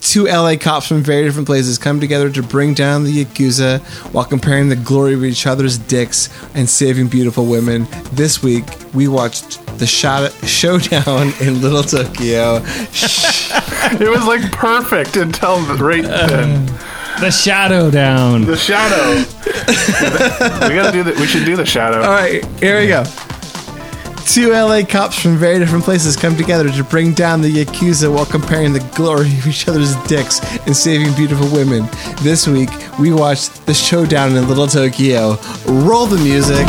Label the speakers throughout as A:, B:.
A: two LA cops from very different places come together to bring down the Yakuza while comparing the glory of each other's dicks and saving beautiful women. This week, we watched the shot- showdown in Little Tokyo.
B: It was like perfect until the- right
C: Uh-huh.
B: then.
C: The shadow down.
B: The shadow. we gotta do that. We should do the shadow.
A: All right, here we go. Two LA cops from very different places come together to bring down the Yakuza while comparing the glory of each other's dicks and saving beautiful women. This week, we watched the showdown in Little Tokyo. Roll the music.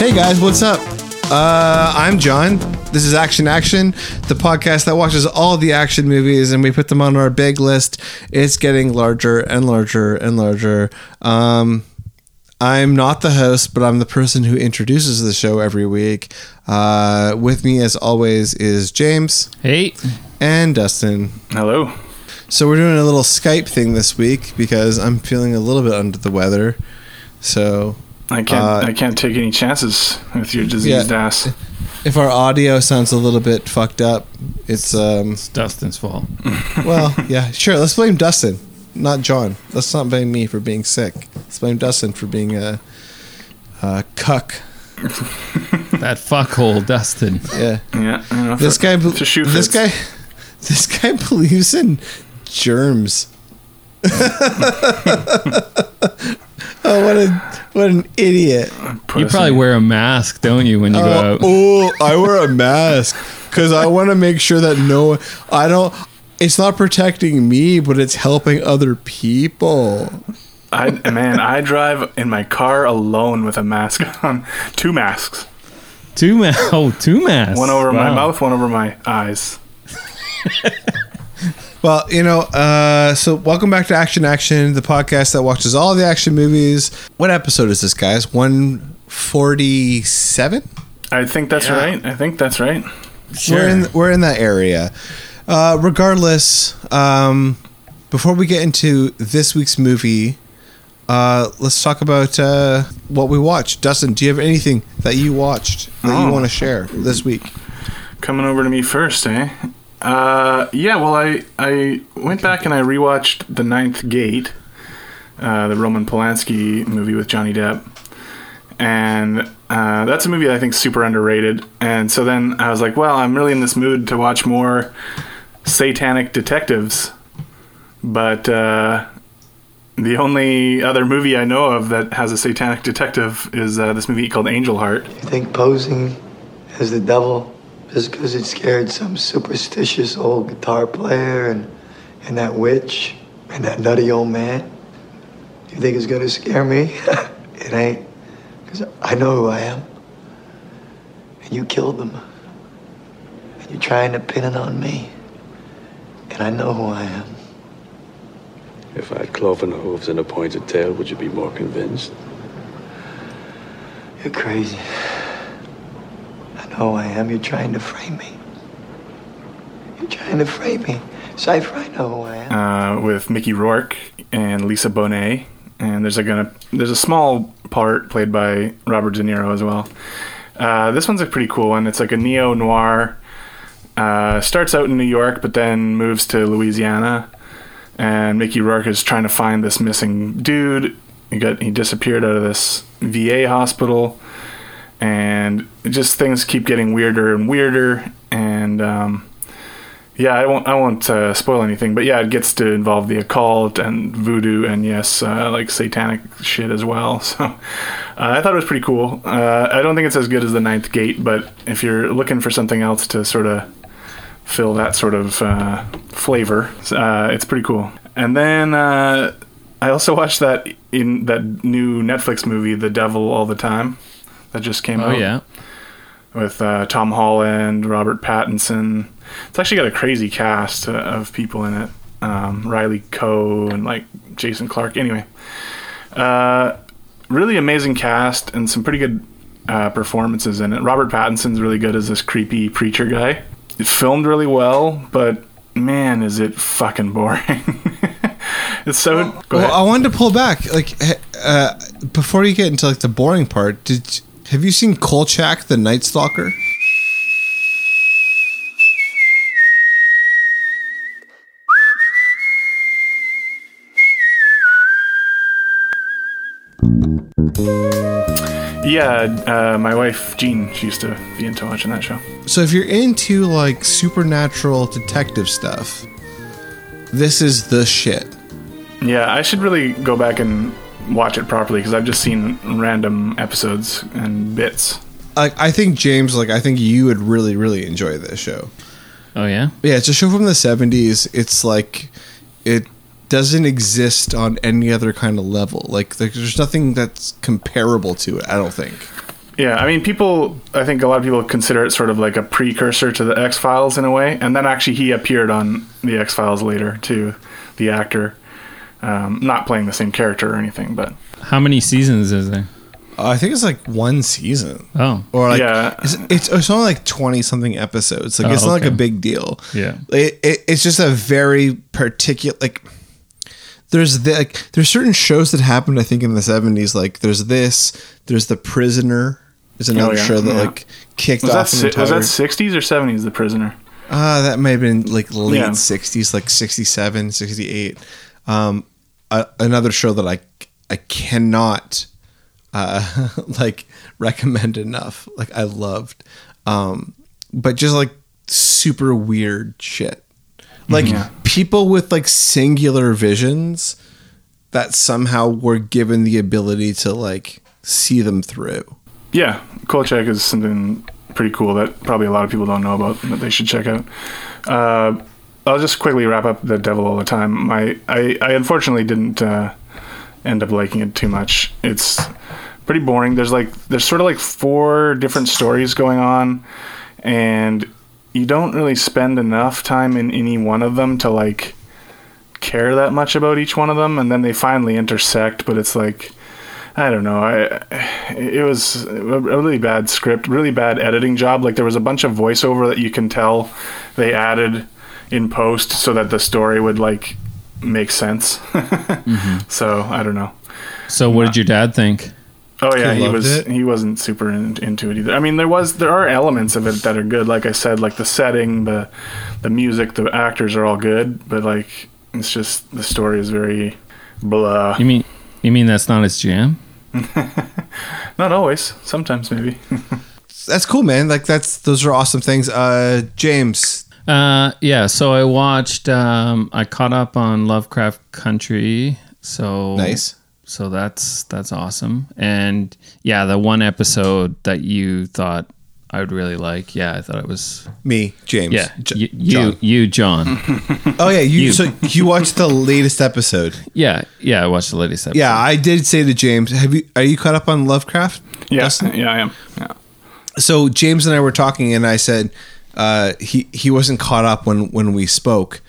A: Hey guys, what's up? Uh, I'm John. This is Action Action, the podcast that watches all the action movies and we put them on our big list. It's getting larger and larger and larger. Um, I'm not the host, but I'm the person who introduces the show every week. Uh, with me, as always, is James
C: Hey.
A: and Dustin.
B: Hello.
A: So we're doing a little Skype thing this week because I'm feeling a little bit under the weather. So
B: I can't.
A: Uh,
B: I can't take any chances with your diseased
A: Yeah.
B: ass.
A: if our audio sounds a little bit fucked up, it's um,
C: It's Dustin's fault.
A: Well, yeah, sure. Let's blame Dustin, not John. Let's not blame me for being sick. Let's blame Dustin for being a, a cuck.
C: That fuckhole, Dustin.
A: Yeah,
B: Yeah. I know,
A: this
B: for-
A: guy.
B: for shoe
A: This
B: fits.
A: guy. This guy believes in germs. oh, what a what an idiot!
C: You probably wear a mask, don't you, when you
A: Uh,
C: go out?
A: oh, I wear a mask because I want to make sure that no one. I don't. It's not protecting me, but it's helping other people.
B: I, man, I drive in my car alone with a mask on. Two masks.
C: Two ma- oh, two masks.
B: One over my
C: Wow.
B: mouth, one over my eyes.
A: Well, you know, uh, so welcome back to Action Action, the podcast that watches all the action movies. What episode is this, guys? 147?
B: I think that's right. I think that's right.
A: We're in we're in that area. Uh, regardless, um, before we get into this week's movie, uh, let's talk about uh, what we watched. Dustin, do you have anything that you watched that
B: Oh.
A: you want to share this week?
B: Coming over to me first, eh? Uh, yeah. Well, I I went back and I rewatched The Ninth Gate, uh, the Roman Polanski movie with Johnny Depp, and uh, that's a movie that I think is super underrated. And so then I was like, well, I'm really in this mood to watch more satanic detectives, but. Uh, the only other movie I know of that has a satanic detective is uh, this movie called Angel Heart.
D: You think posing as the devil just because it scared some superstitious old guitar player and, and that witch and that nutty old man? You think it's gonna scare me? it ain't. Because I know who I am. And you killed them. And you're trying to pin it on me. And I know who I am.
E: If I had cloven hooves and a pointed tail, would you be more convinced?
D: You're crazy. I know I am. You're trying to frame me. You're trying to frame me. Cypher, I know who I am.
B: uh, with Mickey Rourke and Lisa Bonet, and there's a gonna there's a small part played by Robert De Niro as well. Uh, this one's a pretty cool one. It's like a neo noir. Uh, starts out in New York, but then moves to Louisiana, and Mickey Rourke is trying to find this missing dude. He got he disappeared out of this VA hospital, and just things keep getting weirder and weirder, and um, yeah, I won't. I won't uh, spoil anything, but yeah, it gets to involve the occult and voodoo, and yes, uh, like satanic shit as well. So, uh, I thought it was pretty cool. Uh, I don't think it's as good as the Ninth Gate, but if you're looking for something else to sort of fill that sort of uh, flavor, uh, it's pretty cool. And then uh, I also watched that in that new Netflix movie, The Devil All the Time, that just came
C: Oh,
B: out
C: yeah.
B: with uh, Tom Holland, Robert Pattinson. It's actually got a crazy cast uh, of people in it. Um, Riley Coe and like Jason Clark. Anyway, uh, really amazing cast and some pretty good uh, performances in it. Robert Pattinson's really good as this creepy preacher guy. It filmed really well, but man, is it fucking boring. it's so. go ahead.
A: Well, I wanted to pull back. Like, h- uh, before you get into like the boring part, did have you seen Kolchak, the Night Stalker?
B: yeah, uh, my wife Jean, she used to be into watching that show.
A: So if you're into like supernatural detective stuff, this is the shit.
B: Yeah, I should really go back and watch it properly because I've just seen random episodes and bits.
A: Like, I think James, like, I think you would really, really enjoy this show.
C: Oh yeah.
A: Yeah, it's a show from the 70s. It's like it doesn't exist on any other kind of level. Like there- there's nothing that's comparable to it, I don't think.
B: Yeah, I mean, people. I think a lot of people consider it sort of like a precursor to the X Files in a way, and then actually he appeared on the X Files later too, the actor, um, not playing the same character or anything, but
C: How many seasons is there?
A: Uh, I think it's like one season.
C: Oh.
A: Or like
B: Yeah.
A: it's, it's it's only like 20 something episodes. Like
C: Oh,
A: it's not like
C: okay.
A: a big deal.
C: Yeah.
A: It, it it's just a very particular like there's the, like there's certain shows that happened I think in the 70s like there's this, there's The Prisoner. There's another
B: Oh, yeah,
A: show that
B: yeah.
A: like kicked
B: was that
A: off an
B: si- was
A: entire-
B: that sixties or seventies? The Prisoner.
A: Uh, that may have been like late
B: Yeah.
A: 60s, like 67, 68. Um, a, another show that I, I cannot uh, like recommend enough. Like I loved, um, but just like super weird shit. Like people with like singular visions that somehow were given the ability to like see them through.
B: Yeah, Kolchak is something pretty cool that probably a lot of people don't know about that they should check out. Uh, I'll just quickly wrap up the Devil All the Time. My I, I unfortunately didn't uh, end up liking it too much. It's pretty boring. There's like there's sort of like four different stories going on, and you don't really spend enough time in any one of them to like care that much about each one of them, and then they finally intersect. But it's like I don't know. I it was a really bad script, really bad editing job. Like there was a bunch of voiceover that you can tell they added in post so that the story would like make sense.
A: Mm-hmm.
B: So I don't know.
C: So what did your dad think?
B: Oh yeah,
A: He
B: he
A: loved
B: was
A: it?
B: he wasn't super in, into it either. I mean, there was there are elements of it that are good. Like I said, like the setting, the the music, the actors are all good, but like it's just the story is very blah.
C: You mean you mean that's not his jam?
B: Not always. Sometimes maybe.
A: That's cool, man. Like that's, those are awesome things. Uh, James,
C: Uh, yeah. So I watched. Um, I caught up on Lovecraft Country. So
A: nice.
C: So that's that's awesome. And yeah, the one episode that you thought I would really like. Yeah, I thought it was.
A: Me, James.
C: Yeah,
A: J-
C: you,
A: John.
C: you, you, John.
A: Oh yeah, you,
C: You.
A: So you watched the latest episode.
C: Yeah, yeah. I watched the latest episode.
A: Yeah, I did say to James, "Have you? Are you caught up on Lovecraft?"
B: Yeah,
A: Dustin?
B: yeah, I am. Yeah.
A: So James and I were talking, and I said uh, he he wasn't caught up when when we spoke.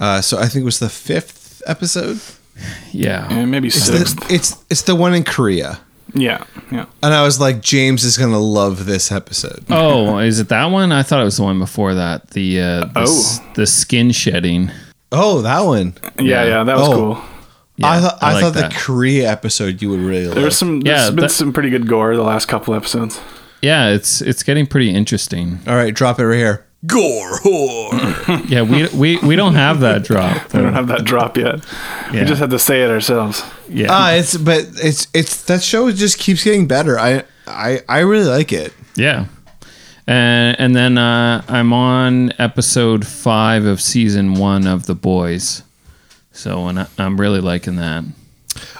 A: Uh, so I think it was the fifth episode.
C: yeah.
B: Yeah, maybe
A: It's
B: sixth.
A: the, it's it's the one in Korea,
B: yeah, yeah.
A: and I was like, James is gonna love this episode.
C: Oh, is it that one? I thought it was the one before that. The uh, the, s- the skin shedding.
A: Oh, that one.
B: Yeah,
C: Yeah.
B: yeah, that was
A: Oh.
B: cool.
A: I thought
C: I
A: I,
C: like
A: thought
C: that.
A: the Korea episode you would really
B: There
A: love.
B: was some There's
C: Yeah,
B: been
C: that-
B: some pretty good gore the last couple episodes.
C: Yeah, it's it's getting pretty interesting.
A: All right, drop it right here. Gore whore.
C: Yeah, we we, we don't have that drop.
B: We don't have that drop yet.
C: Yeah.
B: We just had to say it ourselves.
C: yeah.
A: Ah, it's but it's it's that show just keeps getting better. I I I really like it.
C: Yeah. And, and then uh, I'm on episode five of season one of The Boys. So and I, I'm really liking that.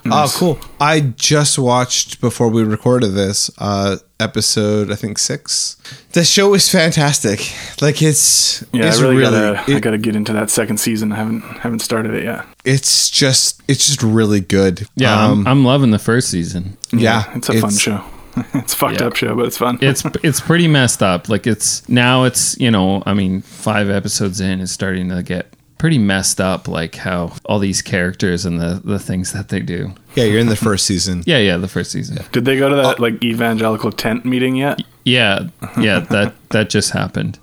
A: Oh, cool! I just watched before we recorded this uh, episode. I think six. The show is fantastic. Like it's
B: Yeah,
A: it's
B: I really,
A: really,
B: gotta I
A: it-
B: gotta get into that second season. I haven't haven't started it yet.
A: it's just it's just really good.
C: Yeah,
A: Um,
C: I'm, I'm loving the first season.
A: yeah,
B: It's a fun show. It's a fucked
C: Yeah.
B: up show, but it's fun.
C: It's it's pretty messed up. Like it's now it's you know I mean five episodes in it's starting to get pretty messed up, like how all these characters and the, the things that they do.
A: Yeah, you're in the first season.
C: Yeah, yeah, the first season.
B: Did they go to
A: Oh.
B: that like evangelical tent meeting yet?
C: Yeah, yeah, that that just happened.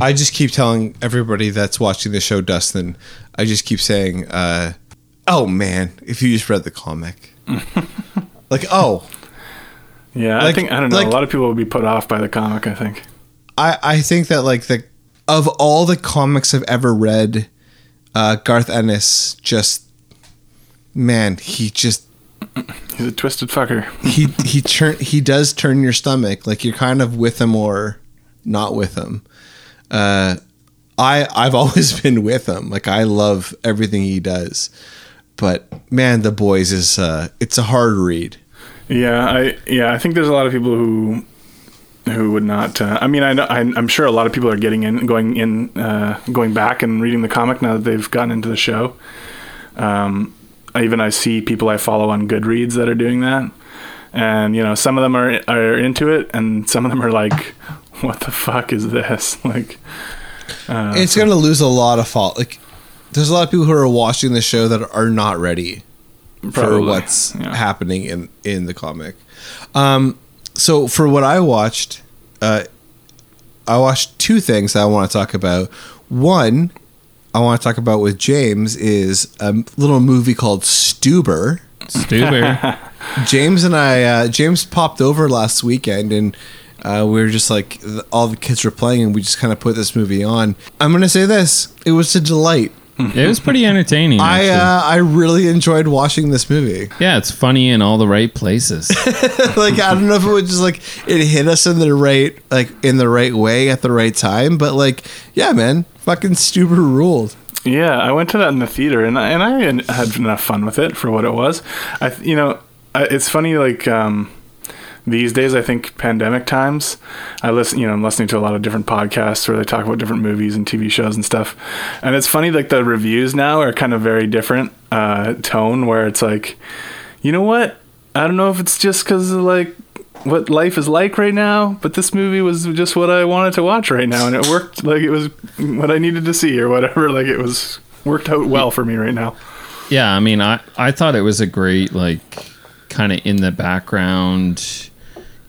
A: I just keep telling everybody that's watching the show, Dustin. I just keep saying, uh, "Oh man, if you just read the comic, like oh."
B: Yeah, I
A: Like-
B: think I don't know.
A: like-
B: a lot of people would be put off by the comic. I think.
A: I, I think that like the of all the comics I've ever read, uh, Garth Ennis just man he just
B: He's a twisted fucker.
A: he he turn he does turn your stomach like you're kind of with him or not with him. Uh, I I've always been with him like I love everything he does, but man the boys is uh, it's a hard read.
B: Yeah, I yeah, I think there's a lot of people who who would not. Uh, I mean, I know I, I'm sure a lot of people are getting in, going in, uh, going back and reading the comic now that they've gotten into the show. Um, I, even I see people I follow on Goodreads that are doing that, and you know, some of them are are into it, and some of them are like, "What the fuck is this?" Like,
A: it's going to lose a lot of fault. Like there's a lot of people who are watching the show that are not ready. for
B: probably.
A: what's
B: Yeah.
A: happening in in the comic. Um, so for what I watched, uh, I watched two things that I want to talk about. One I want to talk about with James is a m- little movie called Stuber.
C: Stuber.
A: James and I, uh, James popped over last weekend and. Uh, we were just like th- all the kids were playing, and we just kind of put this movie on. I'm gonna say this: it was a delight.
C: it was pretty entertaining.
A: I
C: actually.
A: uh, I really enjoyed watching this movie.
C: yeah, it's funny in all the right places.
A: like I don't know if it was just like it hit us in the right like in the right way at the right time, but like yeah, man, fucking Stuber ruled.
B: Yeah, I went to that in the theater, and I, and I had- had enough fun with it for what it was. I, th- you know, I, it's funny like um, these days. I think pandemic times, I listen. You know, I'm listening to a lot of different podcasts where they talk about different movies and TV shows and stuff. And it's funny like the reviews now are kind of very different uh, tone, where it's like, you know what? I don't know if it's just because like what life is like right now, but this movie was just what I wanted to watch right now, and it worked. Like it was what I needed to see, or whatever. Like it was worked out well for me right now.
C: yeah, I mean, I I thought it was a great like kind of in the background.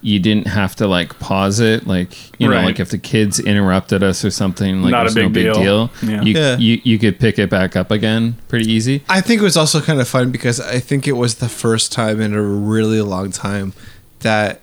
C: You didn't have to like pause it, like you
B: Right.
C: know, like if the kids interrupted us or something, like
B: Not a
C: there's no
B: big
C: big
B: deal.
C: deal.
B: Yeah.
C: You,
A: Yeah.
C: you you could pick it back up again pretty easy.
A: I think it was also kind of fun because I think it was the first time in a really long time that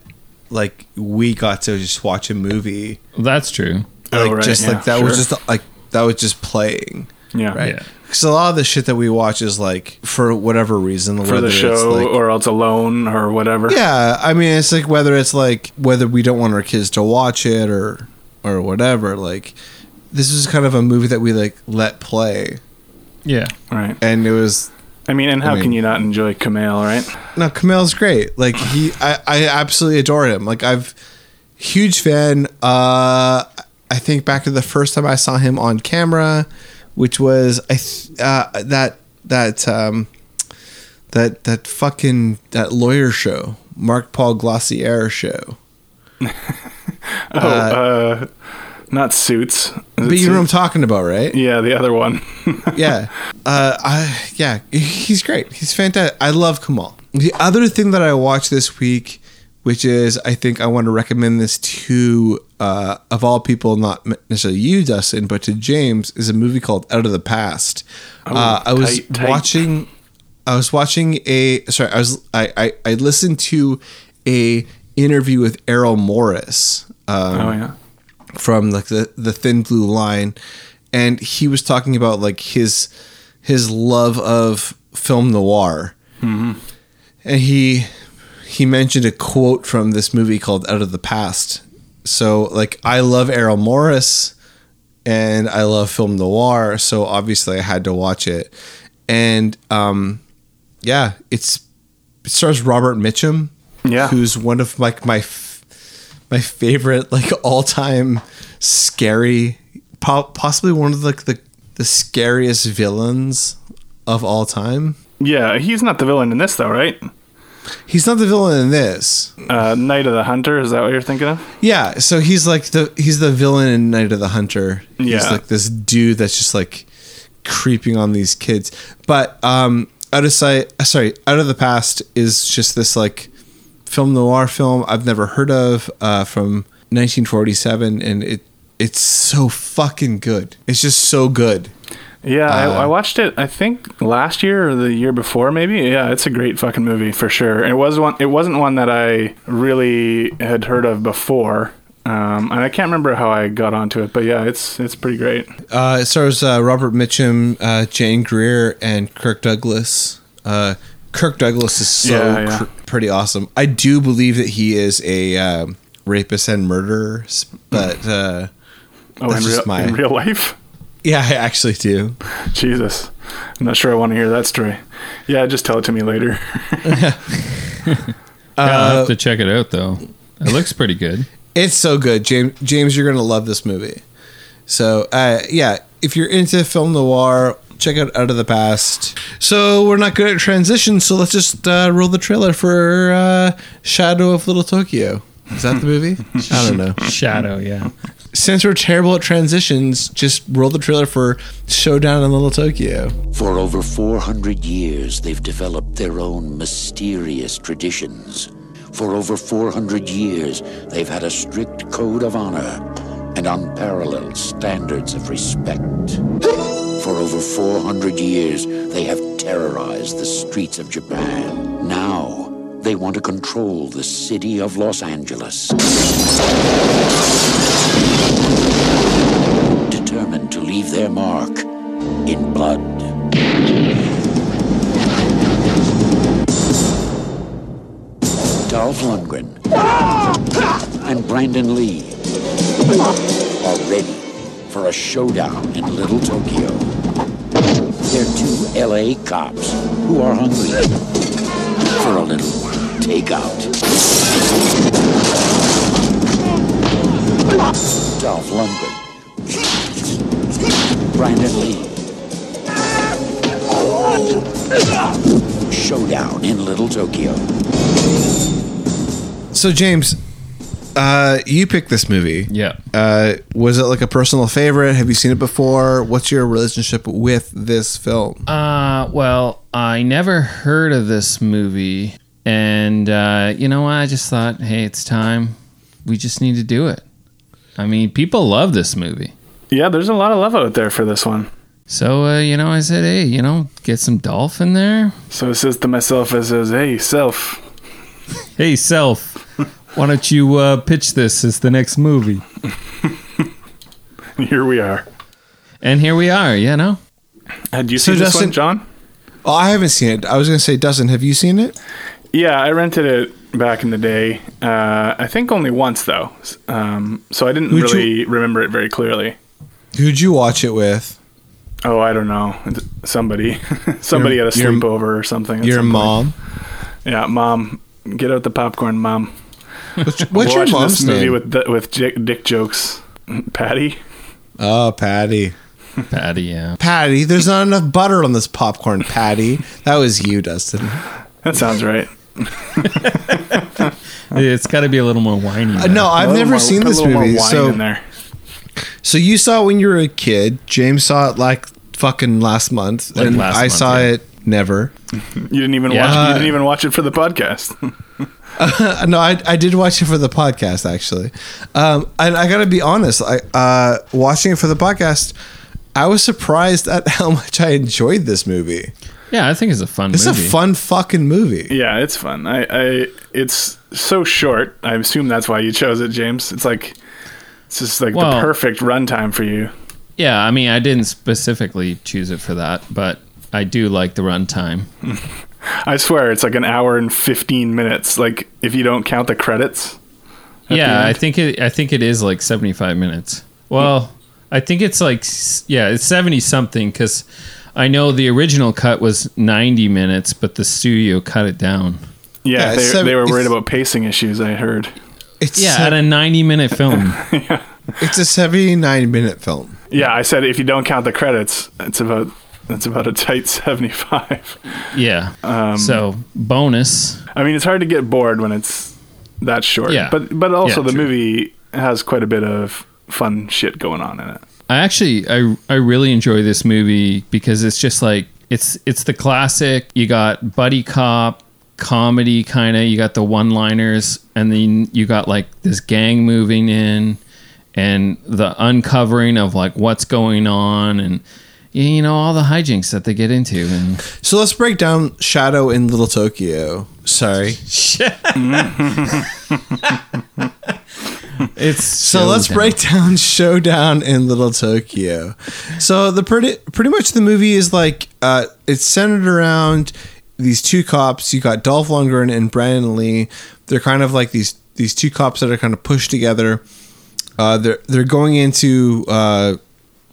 A: like we got to just watch a movie,
C: That's true.
A: like
B: Oh, right,
A: just
B: yeah,
A: like that was
B: sure.
A: just like that was just playing.
B: Yeah,
A: Right,
C: Yeah.
A: because a lot of the shit that we watch is like for whatever reason,
B: For the show, or else alone, or whatever.
A: Yeah, I mean, it's like whether it's like whether we don't want our kids to watch it or or whatever. Like this is kind of a movie that we like let play,
C: Yeah.
B: Right.
A: and it was
B: I mean, and how
A: mean-
B: can you not enjoy Camille? Right.
A: no Kamel's great. Like he, I, I absolutely adore him. Like I've huge fan. Uh, I think back to the first time I saw him on camera, which was I th- uh, that that um, that that fucking that lawyer show, Mark Paul Glossier show.
B: Oh, uh, not suits. Is it
A: But you know what I'm
B: Suits?
A: talking about, right?
B: yeah, the other one.
A: Um, yeah. Uh, I yeah, he's great. He's fantastic. I love Kamal. The other thing that I watched this week, which is I think I want to recommend this to uh, of all people, not necessarily you, Dustin, but to James, is a movie called Out of the Past. uh, I was
B: Oh, tight, tight.
A: watching. I was watching a sorry. I was I I, I listened to a interview with Errol Morris. Um,
B: oh yeah.
A: from like the the thin blue line and he was talking about like his his love of film noir and he he mentioned a quote from this movie called out of the past so like i love errol morris and i love film noir so obviously i had to watch it and um yeah it's it stars robert mitchum
B: Yeah.
A: who's one of like my f- my favorite like all-time scary po- possibly one of like the the scariest villains of all time
B: Yeah, he's not the villain in this though, right?
A: he's not the villain in this
B: Uh, Night of the Hunter. Is that what you're thinking of?
A: yeah so he's like the he's the villain in night of the hunter he's
B: Yeah.
A: like this dude that's just like creeping on these kids. But um, out of sight, sorry, out of the past is just this like film noir film I've never heard of uh, from 1947, and it it's so fucking good. It's just so good.
B: Yeah, I, I watched it. I think last year or the year before, maybe. Yeah, it's a great fucking movie for sure. It was one. It wasn't one that I really had heard of before, um, and I can't remember how I got onto it. But yeah, it's it's pretty great.
A: Uh, it stars uh, Robert Mitchum, uh, Jane Greer, and Kirk Douglas. Uh, Kirk Douglas is so
B: Yeah, yeah.
A: cr- pretty awesome. I do believe that he is a um, rapist and murderer, s- but uh,
B: Oh,
A: That's
B: in real,
A: just my-
B: in real life.
A: yeah, I actually do.
B: Jesus, I'm not sure I want to hear that story. Yeah, just tell it to me later.
C: Yeah, I'll
A: Uh,
C: have to check it out though. It looks pretty good.
A: It's so good, James. James, you're gonna love this movie. So, uh, yeah, if you're into film noir, check out Out of the Past. So we're not good at transitions, so let's just uh, roll the trailer for uh, Shadow of Little Tokyo. Is that the movie? I don't know.
C: Shadow, yeah.
A: Since we're terrible at transitions, just roll the trailer for Showdown in Little Tokyo.
F: For over 400 years, they've developed their own mysterious traditions. For over 400 years, they've had a strict code of honor and unparalleled standards of respect. For over 400 years, they have terrorized the streets of Japan. Now, they want to control the city of Los Angeles. Determined to leave their mark in blood. Dolph Lundgren and Brandon Lee are ready for a showdown in Little Tokyo. They're two LA cops who are hungry for a little takeout. Dolph Lundgren, Brandon Lee. Showdown in Little Tokyo.
A: So, James, uh, you picked this movie.
C: Yeah.
A: Uh, was it like a personal favorite? Have you seen it before? What's your relationship with this film?
C: Uh, well, I never heard of this movie, and uh, you know, I just thought, hey, it's time. We just need to do it. I mean, people love this movie,
B: yeah, there's a lot of love out there for this one.
C: so uh, you know, I said, hey, you know, get some dolphin there.
B: So it says to myself, it says, "Hey, self,
C: Hey, self, why don't you uh, pitch this as the next movie?
B: here we are."
C: And here we are. You know,
B: Had you
A: So
B: seen this
A: Justin-
B: one, John?
A: Oh, I haven't seen it. I was going to say, Dustin, have you seen it?
B: Yeah, I rented it back in the day. Uh, I think only once though, S- um, so I didn't
A: Would
B: really remember it very clearly.
A: Who'd you watch it with?
B: Oh, I don't know. It's- Somebody, somebody
A: Your-
B: had a
A: your-
B: sleepover or something. at
A: Your
B: some point.
A: mom.
B: Yeah, mom, get out the popcorn, mom.
A: What's, what's
B: We're
A: your
B: watching
A: mom's
B: this movie
A: name?
B: with the, with dick, dick jokes? Patty.
A: oh, Patty.
C: Patty. Yeah.
A: Patty, there's not enough butter on this popcorn, Patty. That was you, Dustin.
B: That sounds right.
C: It's got to be a little more whiny.
A: Uh, no, I've
B: A little
A: never
B: more-
A: seen
B: put a
A: this
B: little more
A: movie.
B: wine in
A: So,
B: there.
A: so you saw it when you were a kid. James saw it like fucking last month,
C: Like
A: and
C: last
A: I
C: month,
A: saw
C: yeah.
A: it never.
B: You didn't even
C: Yeah.
B: watch. You didn't even watch it for the podcast.
A: Uh, no, I, I did watch it for the podcast actually, um, and I gotta be honest. I uh, watching it for the podcast, I was surprised at how much I enjoyed this movie.
C: yeah, I think it's a fun.
A: This
C: movie.
A: is a fun fucking movie.
B: yeah, it's fun. I, I, it's so short. I assume that's why you chose it, James. It's like, it's just like the
C: Well-
B: perfect runtime for you.
C: Yeah, I mean, I didn't specifically choose it for that, but I do like the runtime.
B: I swear, it's like an hour and fifteen minutes. Like if you don't count the credits.
C: Yeah,
B: end.
C: I think it. I think it is like seventy-five minutes. Well, I think it's like s- yeah, it's seventy something because I know the original cut was ninety minutes, but the studio cut it down.
A: Yeah,
B: Yeah,
A: it's
B: they,
A: seven-
B: they were worried
A: it's-
B: about pacing issues. I heard.
A: It's
C: Yeah,
A: se-
C: at a ninety-minute film.
A: it's a seventy nine minute film.
B: Yeah, I said if you don't count the credits, it's about it's about a tight seventy-five.
C: yeah. so bonus.
B: I mean, it's hard to get bored when it's that short.
C: Yeah.
B: But but also
C: Yeah,
B: the
C: true.
B: movie has quite a bit of fun shit going on in it.
C: I actually I I really enjoy this movie because it's just like it's it's the classic. You got buddy cop comedy kind of. You got the one-liners and then you got like this gang moving in and the uncovering of like what's going on and you know all the hijinks that they get into and
A: So let's break down Shadow in Little Tokyo. Sorry.
C: it's
A: So let's break down Showdown in Little Tokyo. So the pretty pretty much the movie is like uh, it's centered around these two cops. You got Dolph Lundgren and Brandon Lee. They're kind of like these these two cops that are kind of pushed together. Uh, they're they're going into. Uh,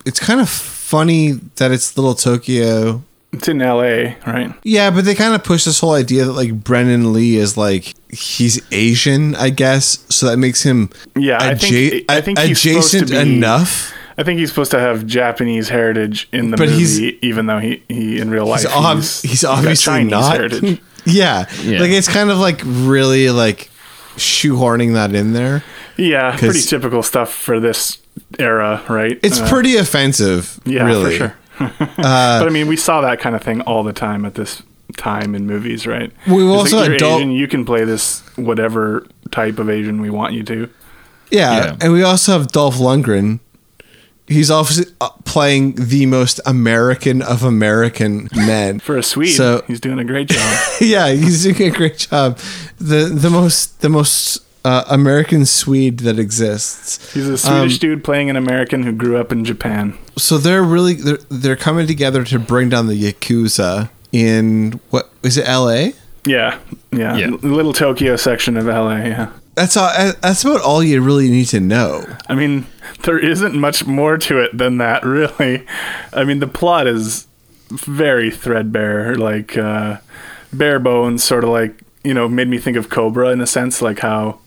A: it's kind of funny that it's Little Tokyo
B: It's in L.A., right?
A: yeah, but they kind of push this whole idea that like Brennan Lee is like he's Asian, I guess, so that makes him
B: Yeah, I think- I think he's supposed to
A: adjacent
B: be-
A: enough.
B: I think he's supposed to have Japanese heritage in the
A: But
B: movie,
A: he's-
B: even though he, he in real life
A: He's, ob- he's,
B: got
A: obviously
B: Chinese
A: not.
B: heritage.
A: yeah.
C: Yeah.
A: like it's kind of like really like shoehorning that in there.
B: Yeah,
A: 'Cause-
B: pretty typical stuff for this era, right?
A: It's
B: Uh,
A: pretty offensive,
B: yeah,
A: really. Uh,
B: for sure. but I mean, we saw that kind of thing all the time at this time in movies, right?
A: We
B: It's
A: also
B: like, you're
A: adult-
B: Asian, you can play this whatever type of Asian we want you to.
A: Yeah,
C: Yeah.
A: and we also have Dolph Lundgren. He's obviously uh, playing the most American of American men
B: For a Swede,
A: So
B: he's doing a great job.
A: yeah, he's doing a great job. The the most the most uh, American Swede that exists.
B: he's a
A: Um,
B: Swedish dude playing an American who grew up in Japan.
A: So they're really they're they're coming together to bring down the yakuza in what is it L.A.
B: Yeah, yeah,
C: Yeah.
B: Little Tokyo section of LA. Yeah.
A: That's all. That's about all you really need to know.
B: I mean, there isn't much more to it than that, really. I mean, the plot is very threadbare, like uh, bare bones, sort of like you know, made me think of Cobra in a sense, like how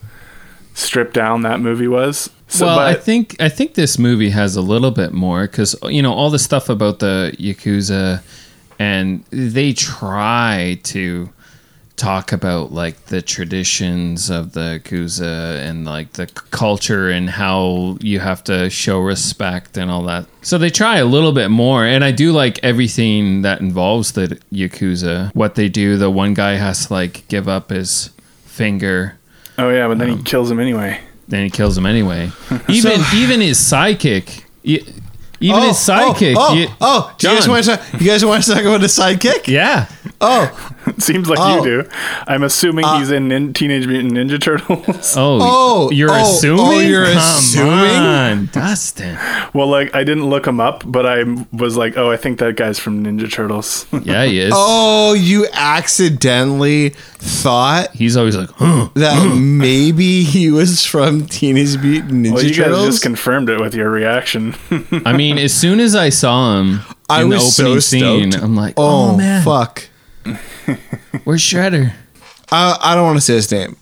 B: stripped down that movie was. So,
C: well, I
B: but
C: think I think this movie has a little bit more because you know all the stuff about the yakuza, and they try to talk about like the traditions of the yakuza and like the c- culture and how you have to show respect and all that. So they try a little bit more, and I do like everything that involves the yakuza. What they do, the one guy has to like give up his finger
B: oh yeah, but then he kills him anyway.
C: then he kills him anyway. Even even his sidekick, e- even his sidekick.
A: Oh, oh,
C: you-
A: oh, do you guys
C: John.
A: want to? You guys want to talk about the sidekick?
C: yeah,
A: Oh,
B: It seems like
A: Oh.
B: you do. I'm assuming he's in, nin Teenage Mutant Ninja Turtles.
C: oh,
A: Oh,
C: you're
A: oh,
C: assuming.
A: oh, you're
C: Come
A: assuming?
C: on, Dustin.
B: well, like I didn't look him up, but I was like, oh, I think that guy's from Ninja Turtles.
C: Yeah, he is.
A: oh! You accidentally thought
C: He's always like, huh.
A: that maybe he was from Teenage Mutant Ninja
B: well, you
A: Turtles.
B: guys just confirmed it with your reaction.
C: I mean, as soon as I saw him
A: I
C: in the
A: was so
C: opening scene,
A: stoked.
C: I'm like,
A: oh
C: oh, man,
A: fuck!
C: where's Shredder?
A: I, I don't want to say his name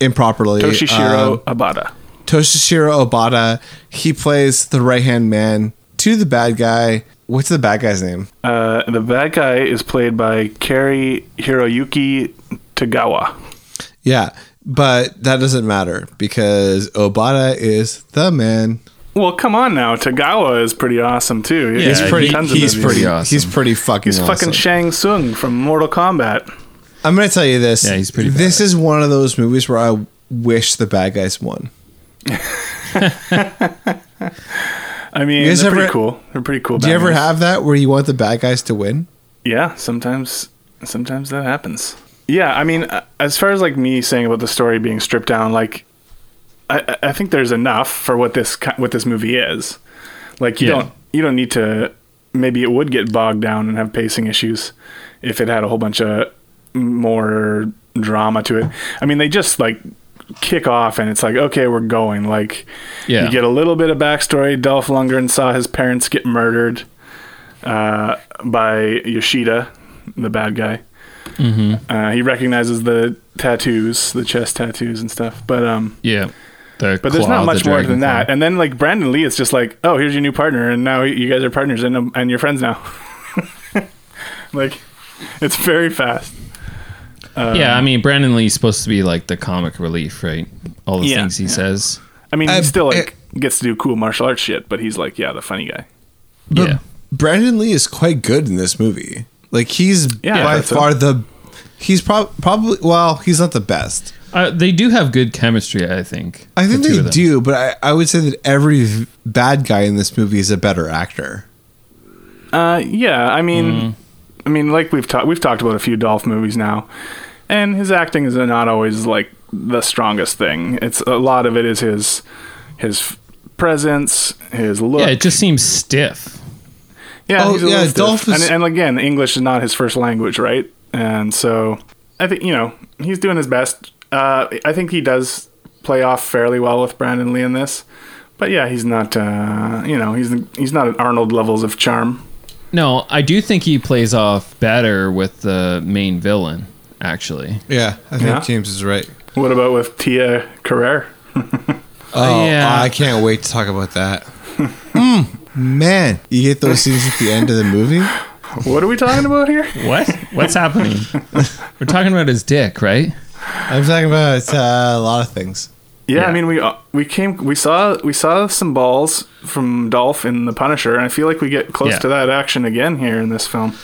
A: improperly.
B: Toshishiro
A: Um,
B: Abada.
A: Toshishiro Obata. He plays the right hand man to the bad guy. What's the bad guy's name?
B: Uh, the bad guy is played by Kari Hiroyuki Tagawa.
A: Yeah, but that doesn't matter because Obata is the man.
B: Well, come on now. Tagawa is pretty awesome, too.
C: He's
B: in
C: pretty-
B: tons of
A: he's
B: movies.
A: pretty.
C: awesome.
A: He's pretty fucking.
B: He's fucking
A: awesome.
B: Shang Tsung from Mortal Kombat.
A: I'm gonna tell you this.
C: Yeah, he's pretty
A: This is one of those movies where I wish the bad guys won.
B: I mean,
A: You guys
B: they're
A: ever-
B: pretty cool. They're pretty cool.
A: Do you ever
B: bangers.
A: have that where you want the bad guys to win?
B: yeah sometimes sometimes that happens yeah i mean uh, as far as like me saying about the story being stripped down like i i I think there's enough for what this ki- what this movie is like you
C: Yeah.
B: don't you don't need to maybe it would get bogged down and have pacing issues if it had a whole bunch of more drama to it i mean they just like kick off and it's like okay we're going like
C: Yeah,
B: you get a little bit of backstory. Dolph Lundgren saw his parents get murdered uh, by Yoshida, the bad guy.
C: Mm-hmm.
B: Uh, he recognizes the tattoos, the chest tattoos and stuff. But um,
C: yeah. The
B: but there's
C: claw,
B: not much
C: the
B: more
C: dragon
B: than that.
C: claw.
B: And then like Brandon Lee, it's just like, oh, here's your new partner, and now you guys are partners and um, and you're friends now. like, it's very fast. um,
C: yeah, I mean, Brandon Lee's supposed to be like the comic relief, right? All the
B: Yeah,
C: things he
B: yeah.
C: says.
B: I mean,
A: Uh,
B: he's still like gets to do cool martial arts shit, but he's like, yeah, the funny guy.
A: But
C: Yeah.
A: Brandon Lee is quite good in this movie. Like he's
B: Yeah,
A: by
B: that's
A: far
B: it.
A: the he's prob- probably well, he's not the best.
C: Uh, they do have good chemistry, I think.
A: I think
C: the two of
A: they
C: them.
A: do, but I, I would say that every v- bad guy in this movie is a better actor.
B: Uh, yeah, I mean,
A: Mm.
B: I mean, like we've talked, we've talked about a few Dolph movies now, and his acting is not always like the strongest thing. It's a lot of it is his his presence, his look.
C: Yeah, it just seems stiff.
B: Yeah,
A: Oh,
B: he's a
A: yeah,
B: little stiff.
A: Dolph is-
B: and, and again, English is not his first language, right? And so I think you know he's doing his best. Uh, I think he does play off fairly well with Brandon Lee in this, but yeah, he's not. Uh, you know, he's he's not at Arnold levels of charm.
C: No, I do think he plays off better with the main villain, actually.
A: Yeah, I think
B: Yeah.
A: James is right.
B: What about with Tia Carrere?
A: Oh,
C: yeah.
A: I can't wait to talk about that. Mm, man, you get those scenes at the end of the movie.
B: What are we talking about here?
C: What? What's happening? We're talking about his dick, right?
A: I'm talking about uh, a lot of things.
B: Yeah,
C: Yeah.
B: I mean we uh, we came we saw we saw some balls from Dolph in The Punisher, and I feel like we get close
C: Yeah.
B: to that action again here in this film.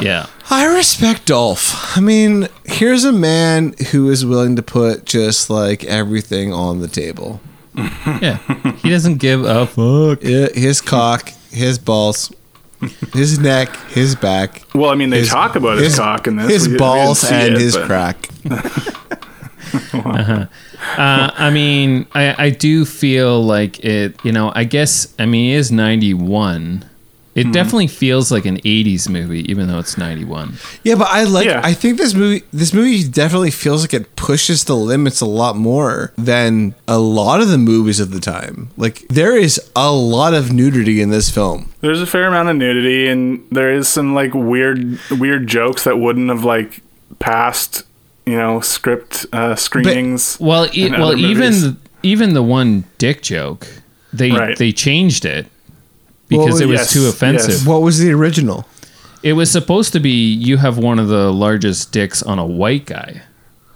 C: Yeah.
A: I respect Dolph. I mean, here's a man who is willing to put just like everything on the table.
C: Yeah. He doesn't give a fuck.
A: I- His cock, his balls, his neck, his back.
B: Well, I mean they
A: his-
B: talk about his, cock in this,
A: His
B: We- we didn't
A: balls
B: see
A: and
B: it,
A: his
B: but-
A: crack.
C: Uh, I mean, I, I do feel like it, you know, I guess, I mean, it is 91. It definitely feels like an 80s movie, even though it's 91.
A: Yeah, but I like.
B: Yeah.
A: I think this movie. This movie definitely feels like it pushes the limits a lot more than a lot of the movies of the time. Like there is a lot of nudity in this film.
B: There's a fair amount of nudity, and there is some like weird weird jokes that wouldn't have like passed you know script uh, screenings.
C: Well, e-
B: and
C: well,
B: other movies.
C: even even the one dick joke, they
B: Right.
C: they changed it because
A: Well,
C: it was
B: yes,
C: too offensive.
B: yes.
A: What was the original?
C: It was supposed to be you have one of the largest dicks on a white guy,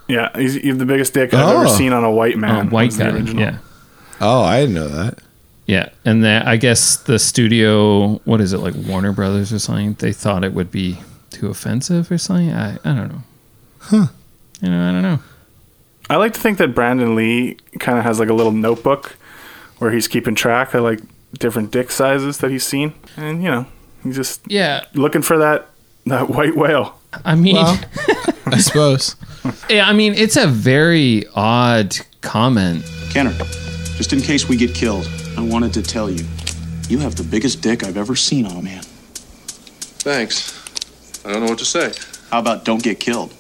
B: yeah, he's, he's the biggest dick I've ever
A: Oh.
B: seen on a white man.
C: a um, white
B: Uh, was the
C: guy.
B: original.
C: Yeah,
A: Oh, I didn't know that.
C: yeah, and that I guess the studio, what is it like Warner Brothers or something? They thought it would be too offensive or something. I I don't know. Huh? You know, I don't know.
B: I like to think that Brandon Lee kind of has like a little notebook where he's keeping track of like different dick sizes that he's seen, and you know, he's just
C: Yeah,
B: looking for that that white whale.
C: I mean.
A: Well, I suppose.
C: Yeah, I mean, it's a very odd comment.
G: Kenner, just in case we get killed, I wanted to tell you, you have the biggest dick I've ever seen on a man.
H: Thanks. I don't know what to say.
G: How about don't get killed?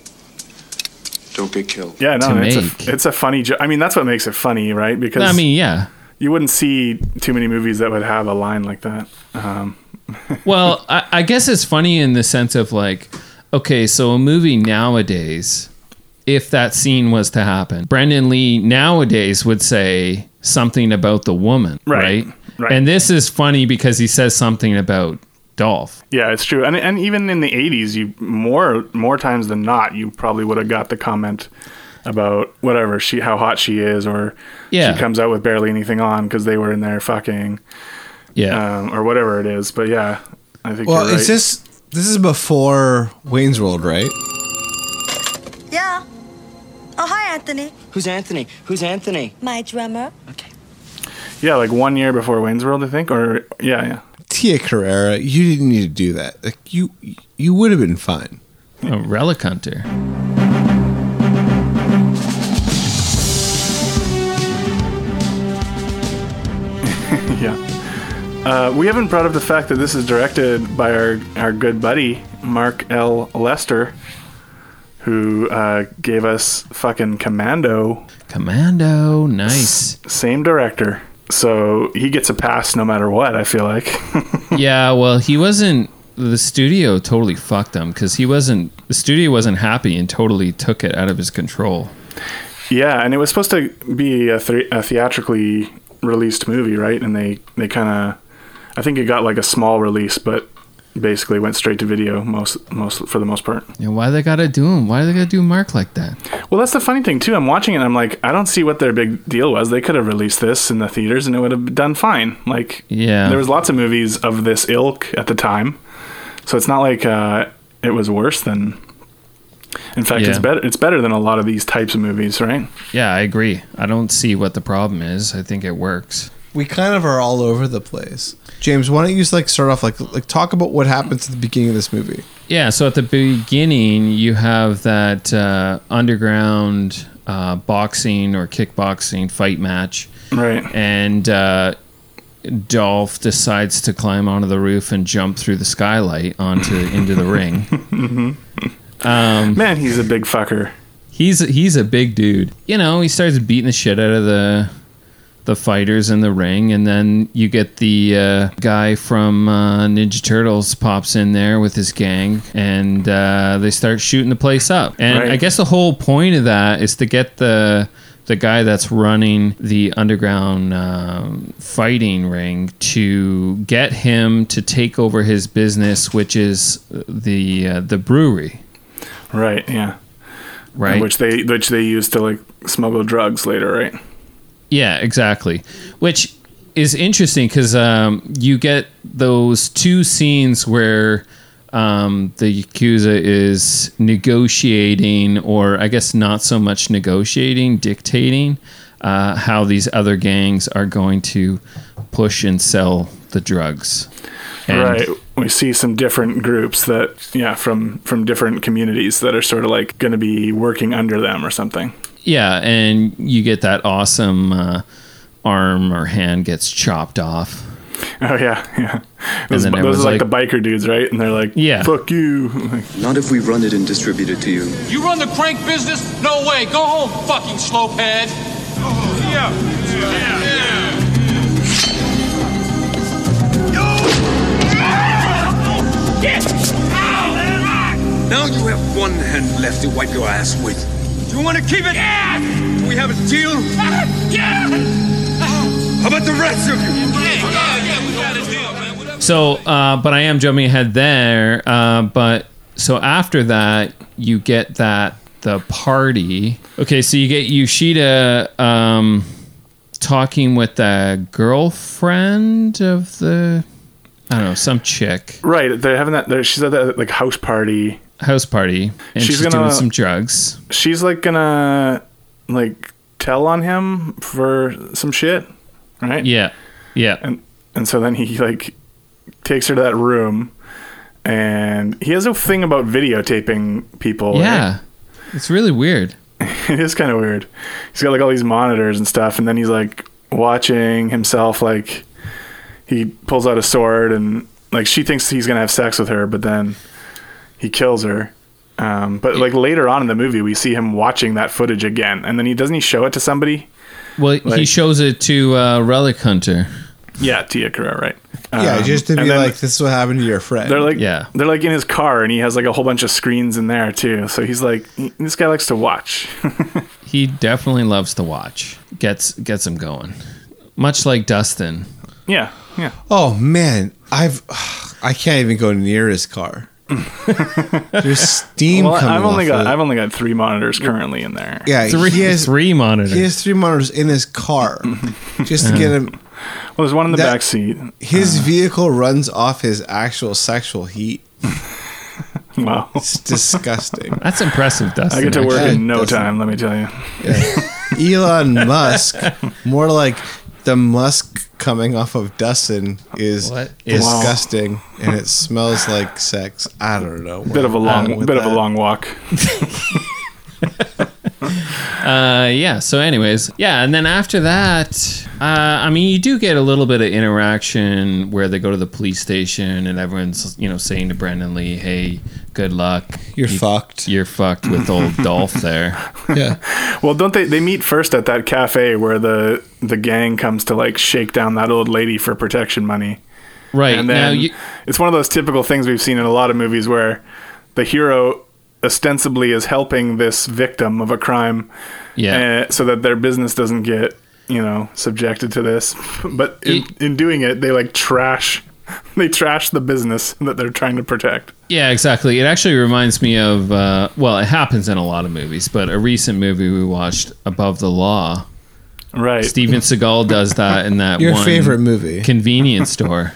H: Don't get killed.
B: Yeah, no,
C: To
B: it's
C: make.
B: a it's a funny joke. I mean, that's what makes it funny, right? Because
C: I mean, yeah.
B: you wouldn't see too many movies that would have a line like that.
C: Well, I, I guess it's funny in the sense of like, okay, so a movie nowadays, if that scene was to happen, Brendan Lee nowadays would say something about the woman,
B: Right,
C: right?
B: right.
C: And this is funny because he says something about Dolph.
B: Yeah, it's true. And and even in the '80s, you more more times than not, you probably would have got the comment about whatever she how hot she is or
C: Yeah.
B: she comes out with barely anything on because they were in there fucking
C: Yeah.
B: um, or whatever it is. But yeah, I think
A: Well,
B: you're right.
A: it's just this is before Wayne's World, right?
I: Yeah. Oh, hi, Anthony.
J: Who's Anthony? Who's Anthony?
I: My drummer.
B: yeah, like one year before Wayne's World, I think. Or yeah, yeah.
A: Tia Carrera, you didn't need to do that. Like you, you would have been fine.
C: a Oh, relic hunter.
B: Yeah. Uh, we haven't brought up the fact that this is directed by our, our good buddy, Mark L. Lester, who uh, gave us fucking Commando,
C: Commando. Nice.
B: same director. So he gets a pass no matter what, I feel like.
C: yeah, well, he wasn't. The studio totally fucked him because he wasn't. The studio wasn't happy and totally took it out of his control.
B: yeah, and it was supposed to be a, th- a theatrically released movie, right? And they, they kind of. I think it got like a small release, but basically went straight to video most most for the most part.
C: Yeah, why they gotta do him? Why they gotta do Mark like that?
B: Well, that's the funny thing too. I'm watching it. and I'm like, I don't see what their big deal was. They could have released this in the theaters and it would have done fine. Like,
C: Yeah.
B: there was lots of movies of this ilk at the time, so it's not like uh, it was worse than. In fact, it's
C: Yeah.
B: better. It's better than a lot of these types of movies, right?
C: Yeah, I agree. I don't see what the problem is. I think it works.
A: We kind of are all over the place. James, why don't you like start off like like talk about what happens at the beginning of this movie?
C: Yeah, so at the beginning, you have that uh, underground uh, boxing or kickboxing fight match.
B: Right.
C: And uh, Dolph decides to climb onto the roof and jump through the skylight onto into the ring. Um,
B: Man, he's a big fucker.
C: He's he's a big dude. You know, he starts beating the shit out of the the fighters in the ring, and then you get the uh, guy from uh, Ninja Turtles pops in there with his gang, and uh, they start shooting the place up. And
B: Right.
C: I guess the whole point of that is to get the the guy that's running the underground um, fighting ring to get him to take over his business, which is the uh, the brewery,
B: Right. Yeah.
C: right?
B: Which they which they use to like smuggle drugs later, right?
C: Yeah, exactly. Which is interesting because um, you get those two scenes where um, the Yakuza is negotiating, or I guess not so much negotiating, dictating uh, how these other gangs are going to push and sell the drugs. And-
B: right. We see some different groups that yeah, from from different communities that are sort of like going to be working under them or something.
C: Yeah, and you get that awesome uh, arm or hand gets chopped off.
B: Oh yeah, yeah. Those,
C: then
B: those
C: everyone's
B: are like, the biker dudes, right? And they're like,
C: Yeah.
B: fuck you.
K: Not if we run it and distribute it to you.
L: You run the crank business? No way. Go home, fucking slowpad. Yeah. Yeah.
K: Now you have one hand left to wipe your ass with. Do you want to keep it? Yes! Do we have a deal? How about the rest of you?
C: So, uh, but I am jumping ahead there. Uh, but so after that, you get that the party. Okay, so you get Yoshida um, talking with the girlfriend of the, I don't know, some chick
B: Right. They're having that. They're, she's at that like house party.
C: house party, and she's,
B: She's gonna-
C: doing some drugs.
B: She's like gonna like tell on him for some shit, right?
C: Yeah. Yeah.
B: And and so then he like takes her to that room, and he has a thing about videotaping people. right?
C: Yeah, it's really weird.
B: it is kind of weird. He's got like all these monitors and stuff, and then he's like watching himself. Like he pulls out a sword, and like she thinks he's gonna have sex with her, but then he kills her. Um, but like later on in the movie, we see him watching that footage again, and then he doesn't he show it to somebody?
C: Well, he
B: Like-
C: shows it to uh, Relic Hunter.
B: Yeah, Tia Carrera, right?
A: yeah,
B: Um,
A: just to
B: and
A: be
B: then
A: like, this is what happened to your friend.
B: They're like they're like in his car, and he has like a whole bunch of screens in there too. So he's like, he- this guy likes to watch.
C: He definitely loves to watch. Gets gets him going, much like Dustin.
B: yeah, yeah.
A: Oh man, I've I can't even go near his car. There's steam
B: Well,
A: coming
B: I've only
A: off
B: got
A: of it.
B: I've only got three monitors currently in there.
A: Yeah,
C: Three-
A: he has
C: three monitors.
A: He has three monitors in his car just to
B: Uh-huh.
A: get him.
B: Well, there's one in the
A: That-
B: back seat. Uh.
A: His vehicle runs off his actual sexual heat.
B: Wow,
A: it's disgusting.
C: That's impressive, Dustin.
B: I get to work
A: actually.
B: in no
A: Doesn't-
B: time. Let me tell you.
A: Elon Musk, more like the Musk coming off of Dustin is
C: What?
A: disgusting, and it smells like sex. I don't know.
B: Bit of a
A: where I'm
B: long,
A: at with
B: bit of a
A: that.
B: long walk.
C: Uh, yeah. So, anyways, yeah, and then after that, uh, I mean, you do get a little bit of interaction where they go to the police station and everyone's, you know, saying to Brandon Lee, "Hey, good luck.
A: You're fucked.
C: You're fucked with old Dolph there."
B: Well, don't they? They meet first at that cafe where the the gang comes to like shake down that old lady for protection money.
C: Right
B: And
C: now,
B: then
C: you,
B: it's one of those typical things we've seen in a lot of movies where the hero ostensibly is helping this victim of a crime,
C: Yeah.
B: uh, so that their business doesn't get you know subjected to this. But in, in doing it, they like trash they trash the business that they're trying to protect.
C: Yeah, exactly. It actually reminds me of uh, well, it happens in a lot of movies, but a recent movie we watched, Above the Law.
B: Right.
C: Steven Seagal does that in that
A: Your
C: one
A: favorite movie.
C: convenience store.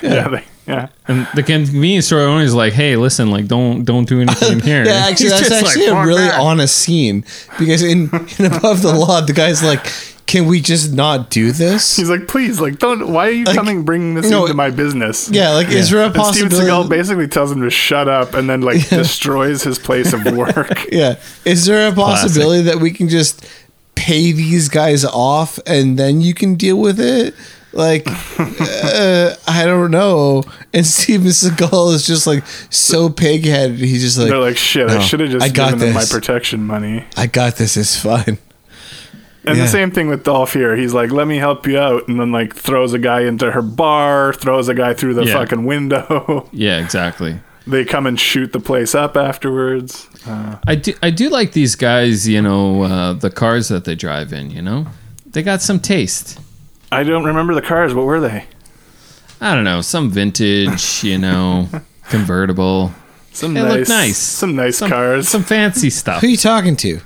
B: Yeah. Yeah. They, yeah.
C: And the convenience store owner's like, "Hey, listen, like, don't don't do anything here."
A: Yeah, actually,
C: He's
A: that's
C: just
A: actually
C: like,
A: a
C: "Fuck
A: really
C: that."
A: honest scene because in, in Above the Law, the guy's like, "Can we just not do this?"
B: He's like, please, like, don't. Why are you coming bringing this
A: no,
B: into my business?
A: yeah, like, is there a
B: And Steven
A: possibility-
B: Seagal basically tells him to shut up, and then like destroys his place of work.
A: Yeah, is there a possibility that we can just pay these guys off and then you can deal with it? Like, uh, I don't know. And Steven Seagal is just like so pig-headed. He's just like,
B: They're like, shit, I
A: "No,
B: should have just
A: I got
B: given them my
A: this.
B: protection money.
A: I got this. It's fine.
B: And
A: Yeah.
B: the same thing with Dolph here. He's like, let me help you out. And then, like, throws a guy into her bar, throws a guy through the
C: Yeah.
B: fucking window.
C: Yeah, exactly.
B: they come and shoot the place up afterwards. Uh,
C: I do I do like these guys. You know, uh, the cars that they drive in. You know, they got some taste.
B: I don't remember the cars. What were they?
C: I don't know, some vintage. You know, convertible.
B: Some
C: They
B: nice,
C: look nice.
B: Some nice cars.
C: Some fancy stuff.
A: Who are you talking to,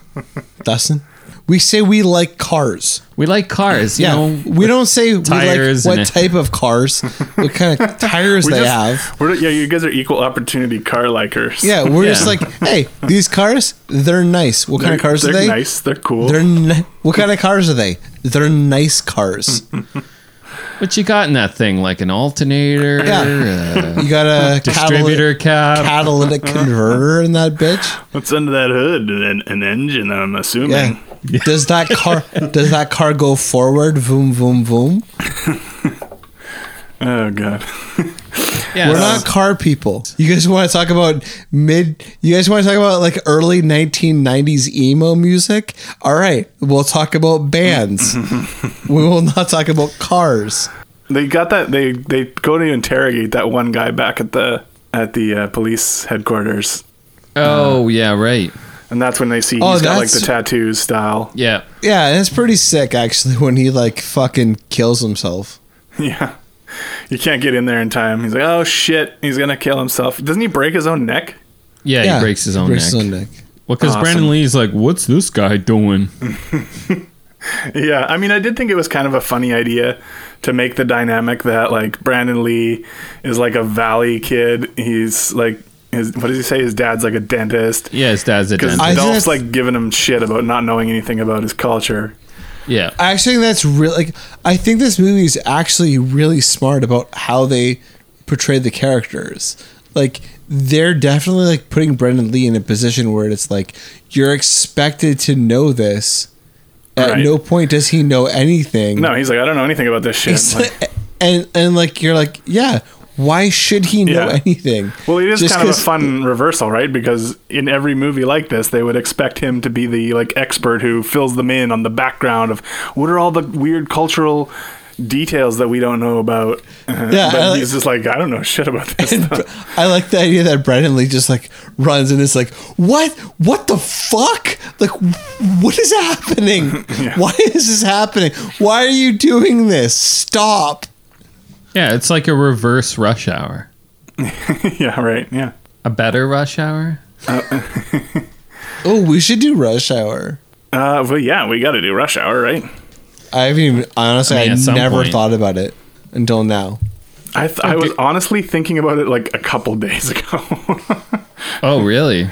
A: Dustin? We say we like cars.
C: We like cars. You
A: yeah,
C: know,
A: we don't say we like
C: tires and
A: what
C: it-
A: type of cars, what kind of tires
B: We
A: they
B: just-
A: have.
B: We're, yeah, you guys are equal opportunity car likers.
A: Yeah, we're just like, hey, these cars, they're nice. What kind of
B: They're-
A: cars are
B: they're
A: they?
B: nice. They're cool.
A: They're ni- what kind of cars are they? They're nice cars.
C: What you got in that thing? Like an alternator?
A: Yeah.
C: uh,
A: You got a
C: distributor cap.
A: catalytic converter in that bitch.
B: What's under that hood? An, an engine, I'm
A: Yeah.
B: assuming.
A: Does that car does that car go forward? Vroom vroom vroom.
B: Oh, God.
C: Yeah,
A: We're not car people. You guys want to talk about mid? You guys want to talk about like early 1990s emo music? All right, we'll talk about bands. we will not talk about cars.
B: They got that. They they go to interrogate that one guy back at the at the uh, police headquarters,
C: Oh yeah, right.
B: and that's when they see
A: Oh,
B: he's got like the
A: that's-
B: tattoos style.
C: Yeah.
A: Yeah, and it's pretty sick actually when he like fucking kills himself.
B: Yeah, you can't get in there in time. He's like, oh shit, he's gonna kill himself. Doesn't he break his own neck?
C: Yeah, he breaks his own neck. Well, because
B: Awesome.
C: Brandon Lee's like, "What's this guy doing?"
B: Yeah, I mean, I did think it was kind of a funny idea to make the dynamic that like Brandon Lee is like a valley kid. He's like his what does he say? His dad's like a dentist.
C: Yeah, his dad's a
B: Because
C: dentist.
B: Dolph's like giving him shit about not knowing anything about his culture.
C: yeah,
A: I actually think that's really. Like, I think this movie is actually really smart about how they portray the characters. Like they're definitely like putting Brendan Lee in a position where it's like you're expected to know this. At
B: Right.
A: no point does he know anything.
B: No, he's like, I don't know anything about this shit.
A: It's
B: Like,
A: like- and and like you're like yeah. Why should he know
B: Yeah.
A: anything?
B: well, it is
A: Just
B: kind of a
A: 'cause-
B: fun reversal, right? Because in every movie like this, they would expect him to be the like expert who fills them in on the background of what are all the weird cultural details that we don't know about. Uh,
A: Yeah,
B: but
A: I like-
B: he's just like, I don't know shit about this. stuff.
A: I like the idea that Brandon Lee just like runs and is like, "What? What the fuck? Like, what is happening? Why is this happening? Why are you doing this? Stop!"
C: yeah. It's like a reverse rush hour.
B: yeah, right. Yeah,
C: A better rush hour.
A: Oh, we should do Rush Hour.
B: uh, well, yeah, we got to do Rush Hour, right?
A: I haven't even honestly,
C: I
A: I,
C: mean, at some
A: never
C: point.
A: thought about it until now.
B: I, th- I was honestly thinking about it like a couple days ago.
C: Oh really?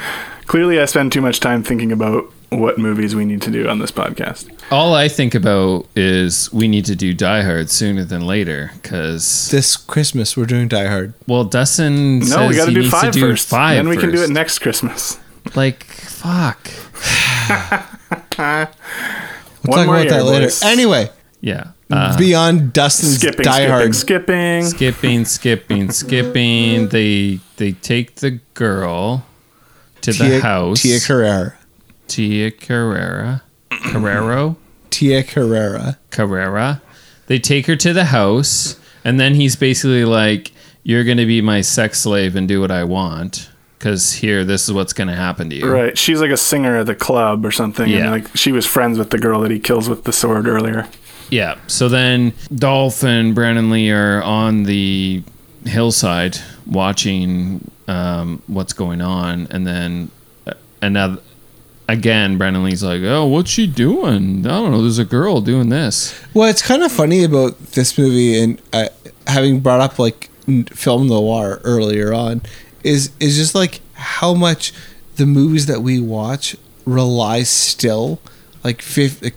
B: Clearly, I spend too much time thinking about what movies we need to do on this podcast.
C: All I think about is we need to do Die Hard sooner than later because
A: This Christmas, we're doing Die Hard.
C: well, Dustin
B: No,
C: says
B: we got to
C: he
B: do
C: needs
B: five
C: to do
B: first.
C: five,
B: then we can do it
C: first.
B: next Christmas.
C: Like fuck.
A: We'll
B: One
A: talk
B: more
A: about
B: year,
A: that later.
B: boys.
A: Anyway,
C: Yeah. Uh,
A: beyond Dustin's
B: skipping,
A: Die
B: skipping,
A: Hard,
B: skipping.
C: skipping, skipping, skipping. They they take the girl to the
A: Tia,
C: house.
A: Tia Carrera,
C: Tia Carrera. Carrero?
A: Tia Carrera.
C: Carrera. They take her to the house, and then he's basically like, You're going to be my sex slave and do what I want. Because here, this is what's going to happen to you.
B: Right, she's like a singer at the club or something.
C: Yeah.
B: And like she was friends with the girl that he kills with the sword earlier.
C: Yeah. So then Dolph and Brandon Lee are on the hillside watching um, what's going on, and then uh, another. Again, Brandon Lee's like, "Oh, what's she doing? I don't know. There's a girl doing this."
A: Well, it's kind of funny about this movie, and uh, having brought up like n- film noir earlier on, is is just like how much the movies that we watch rely still, like fifty,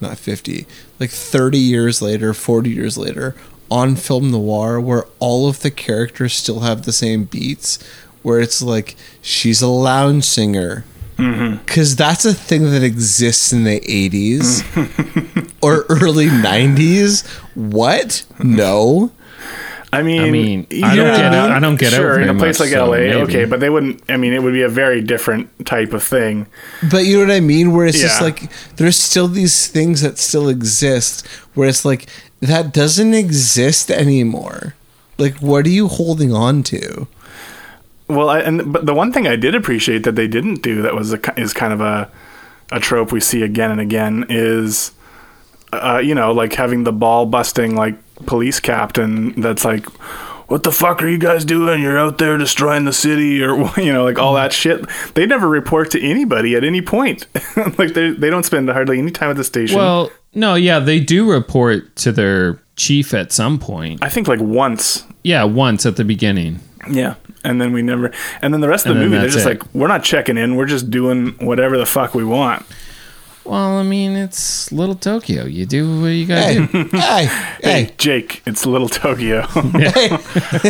A: not fifty, like thirty years later, forty years later, on film noir, where all of the characters still have the same beats, where it's like she's a lounge singer. Because that's a thing that exists in the 80s or early 90s. What? No.
B: I mean,
C: I mean, I don't
B: yeah,
C: get out. I don't get
B: sure,
C: out very
B: in a place
C: much,
B: like
C: so
B: LA.
C: maybe.
B: Okay, but they wouldn't. I mean, it would be a very different type of thing.
A: But you know what I mean? Where it's just
B: Yeah.
A: like there's still these things that still exist where it's like that doesn't exist anymore. Like, what are you holding on to?
B: Well, I, and but the one thing I did appreciate that they didn't do that was a, ki- is kind of a a trope we see again and again is uh, you know like having the ball busting like police captain that's like what the fuck are you guys doing you're out there destroying the city or you know like all that
C: Mm-hmm.
B: shit they never report to anybody at any point like they they don't spend hardly any time at the station
C: Well, no, yeah, they do report to their chief at some point.
B: I think like once.
C: Yeah, once at the beginning.
B: Yeah. And then we never, and then the rest of the
C: And then
B: movie, they're
C: that's
B: just
C: it.
B: like, we're not checking in. We're just doing whatever the fuck we want.
C: Well, I mean, it's Little Tokyo. You do what you gotta do.
A: hey,
B: hey, Jake, it's Little Tokyo.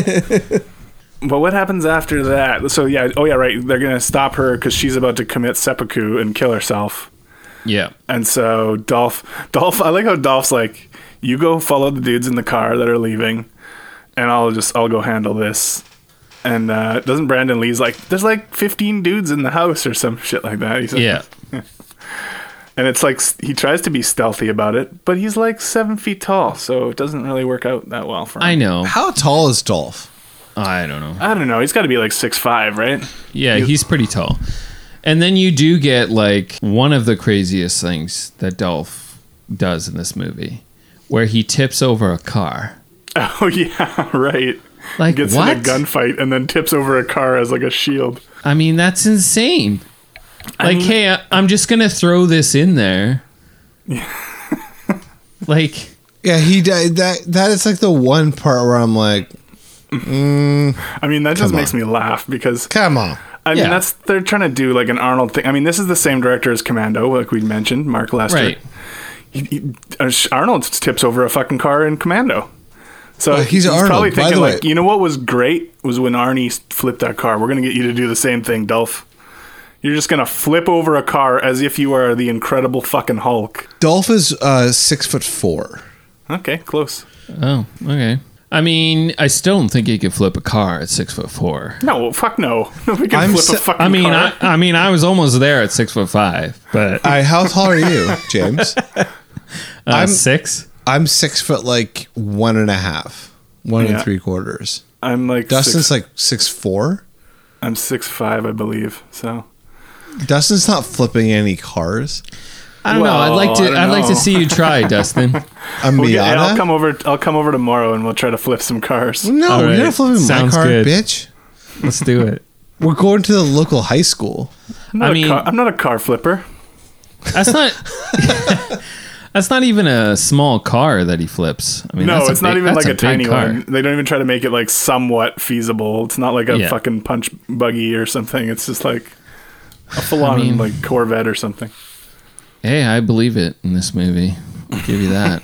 B: but what happens after that? So yeah, oh yeah, right. They're gonna stop her because she's about to commit seppuku and kill herself.
C: Yeah.
B: And so Dolph, Dolph, I like how Dolph's like, you go follow the dudes in the car that are leaving, and I'll just I'll go handle this. And uh, doesn't Brandon Lee's like, there's like 15 dudes in the house or some shit like that. He's like,
C: Yeah.
B: And it's like s- he tries to be stealthy about it, but he's like seven feet tall, so it doesn't really work out that well for him.
C: I know.
A: How tall is Dolph?
C: I don't know.
B: I don't know. He's got to be like six five, right?
C: Yeah,
B: You-
C: he's pretty tall. And then you do get like one of the craziest things that Dolph does in this movie, where he tips over a car.
B: Oh yeah, right.
C: Like,
B: gets in a
C: what?
B: gunfight and then tips over a car as like a shield.
C: I mean, that's insane. Like,
B: I mean-
C: hey, I- I'm just gonna throw this in there. like,
A: Yeah, he died. That that is like the one part where I'm like, mm,
B: I mean, that just
A: Come
B: makes me laugh because
A: come on.
B: I
A: Yeah.
B: mean, that's they're trying to do like an Arnold thing. I mean, this is the same director as Commando, like we mentioned, Mark Lester.
C: Right.
B: He- he- uh, sh- Arnold tips over a fucking car in Commando. So
A: Uh, he's
B: he's,
A: Arnold,
B: probably
A: by
B: thinking
A: the way.
B: like, you know what was great was when Arnie s- flipped that car. We're gonna get you to do the same thing, Dolph. You're just gonna flip over a car as if you are the Incredible fucking Hulk.
A: Dolph is uh, six foot four.
B: Okay, close.
C: oh, okay. I mean, I still don't think he could flip a car at six foot four.
B: No, fuck no. Nobody can
C: I'm
B: flip
C: so-
B: a fucking
C: I mean,
B: car.
C: I, I mean, I was almost there at six foot five, but uh,
A: I, how tall are you, James?
C: I'm six.
A: I'm six foot like one and a half, one and
B: Yeah.
A: three quarters.
B: I'm like
A: Dustin's
B: six,
A: like six four.
B: I'm six five, I believe. So
A: Dustin's not flipping any cars.
C: I don't know. I'd like to.
B: Well, I don't
C: I'd like to
B: know.
C: see you try, Dustin.
A: A
B: We'll get-
A: Miata?
B: I'll come over. I'll come over tomorrow, and we'll try to flip some cars.
A: No,
C: All
A: you're
C: right.
A: not flipping
C: Sounds
A: my car,
C: good.
A: bitch.
C: Let's do it.
A: We're going to the local high school.
B: I'm not,
C: I
B: a
C: mean-
B: car, I'm not a car flipper.
C: That's not. that's not even a small car that he flips. I mean,
B: no,
C: that's
B: it's not
C: big-
B: even
C: that's
B: like a,
C: big
B: tiny one. They don't even try to make it like somewhat feasible. It's not like a
C: Yeah.
B: fucking punch buggy or something. It's just like a full on
C: mean-
B: like Corvette or something.
C: Hey, I believe it in this movie. I'll give you that.